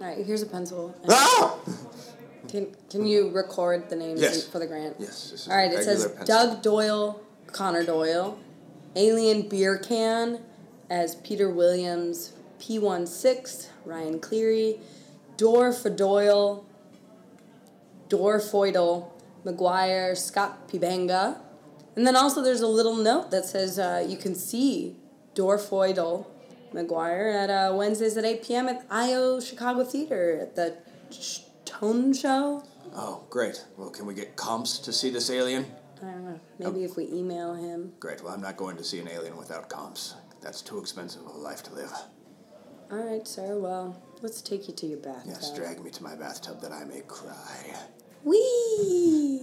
[SPEAKER 2] All right, here's a pencil. And
[SPEAKER 3] Ah!
[SPEAKER 2] Can Can you record the names
[SPEAKER 3] Yes.
[SPEAKER 2] for the grant?
[SPEAKER 3] Yes, this is
[SPEAKER 2] All right. It says
[SPEAKER 3] regular pencil.
[SPEAKER 2] Doug Doyle, Connor Doyle, Alien Beer Can as Peter Williams, P16, Ryan Cleary, Dor for Doyle, Dor Feudal, McGuire, Scott Pibanga. And then also there's a little note that says uh, you can see Dor Feudal, McGuire at uh, Wednesdays at 8 p.m. at IO Chicago Theater at the Ch- Tone Show.
[SPEAKER 3] Oh, great. Well, can we get comps to see this alien?
[SPEAKER 2] I don't know. Maybe
[SPEAKER 3] Oh.
[SPEAKER 2] if we email him.
[SPEAKER 3] Great. Well, I'm not going to see an alien without comps. That's too expensive of a life to live.
[SPEAKER 2] All right, sir. Well, let's take you to your bathtub.
[SPEAKER 3] Yes, drag me to my bathtub that I may cry.
[SPEAKER 2] Whee!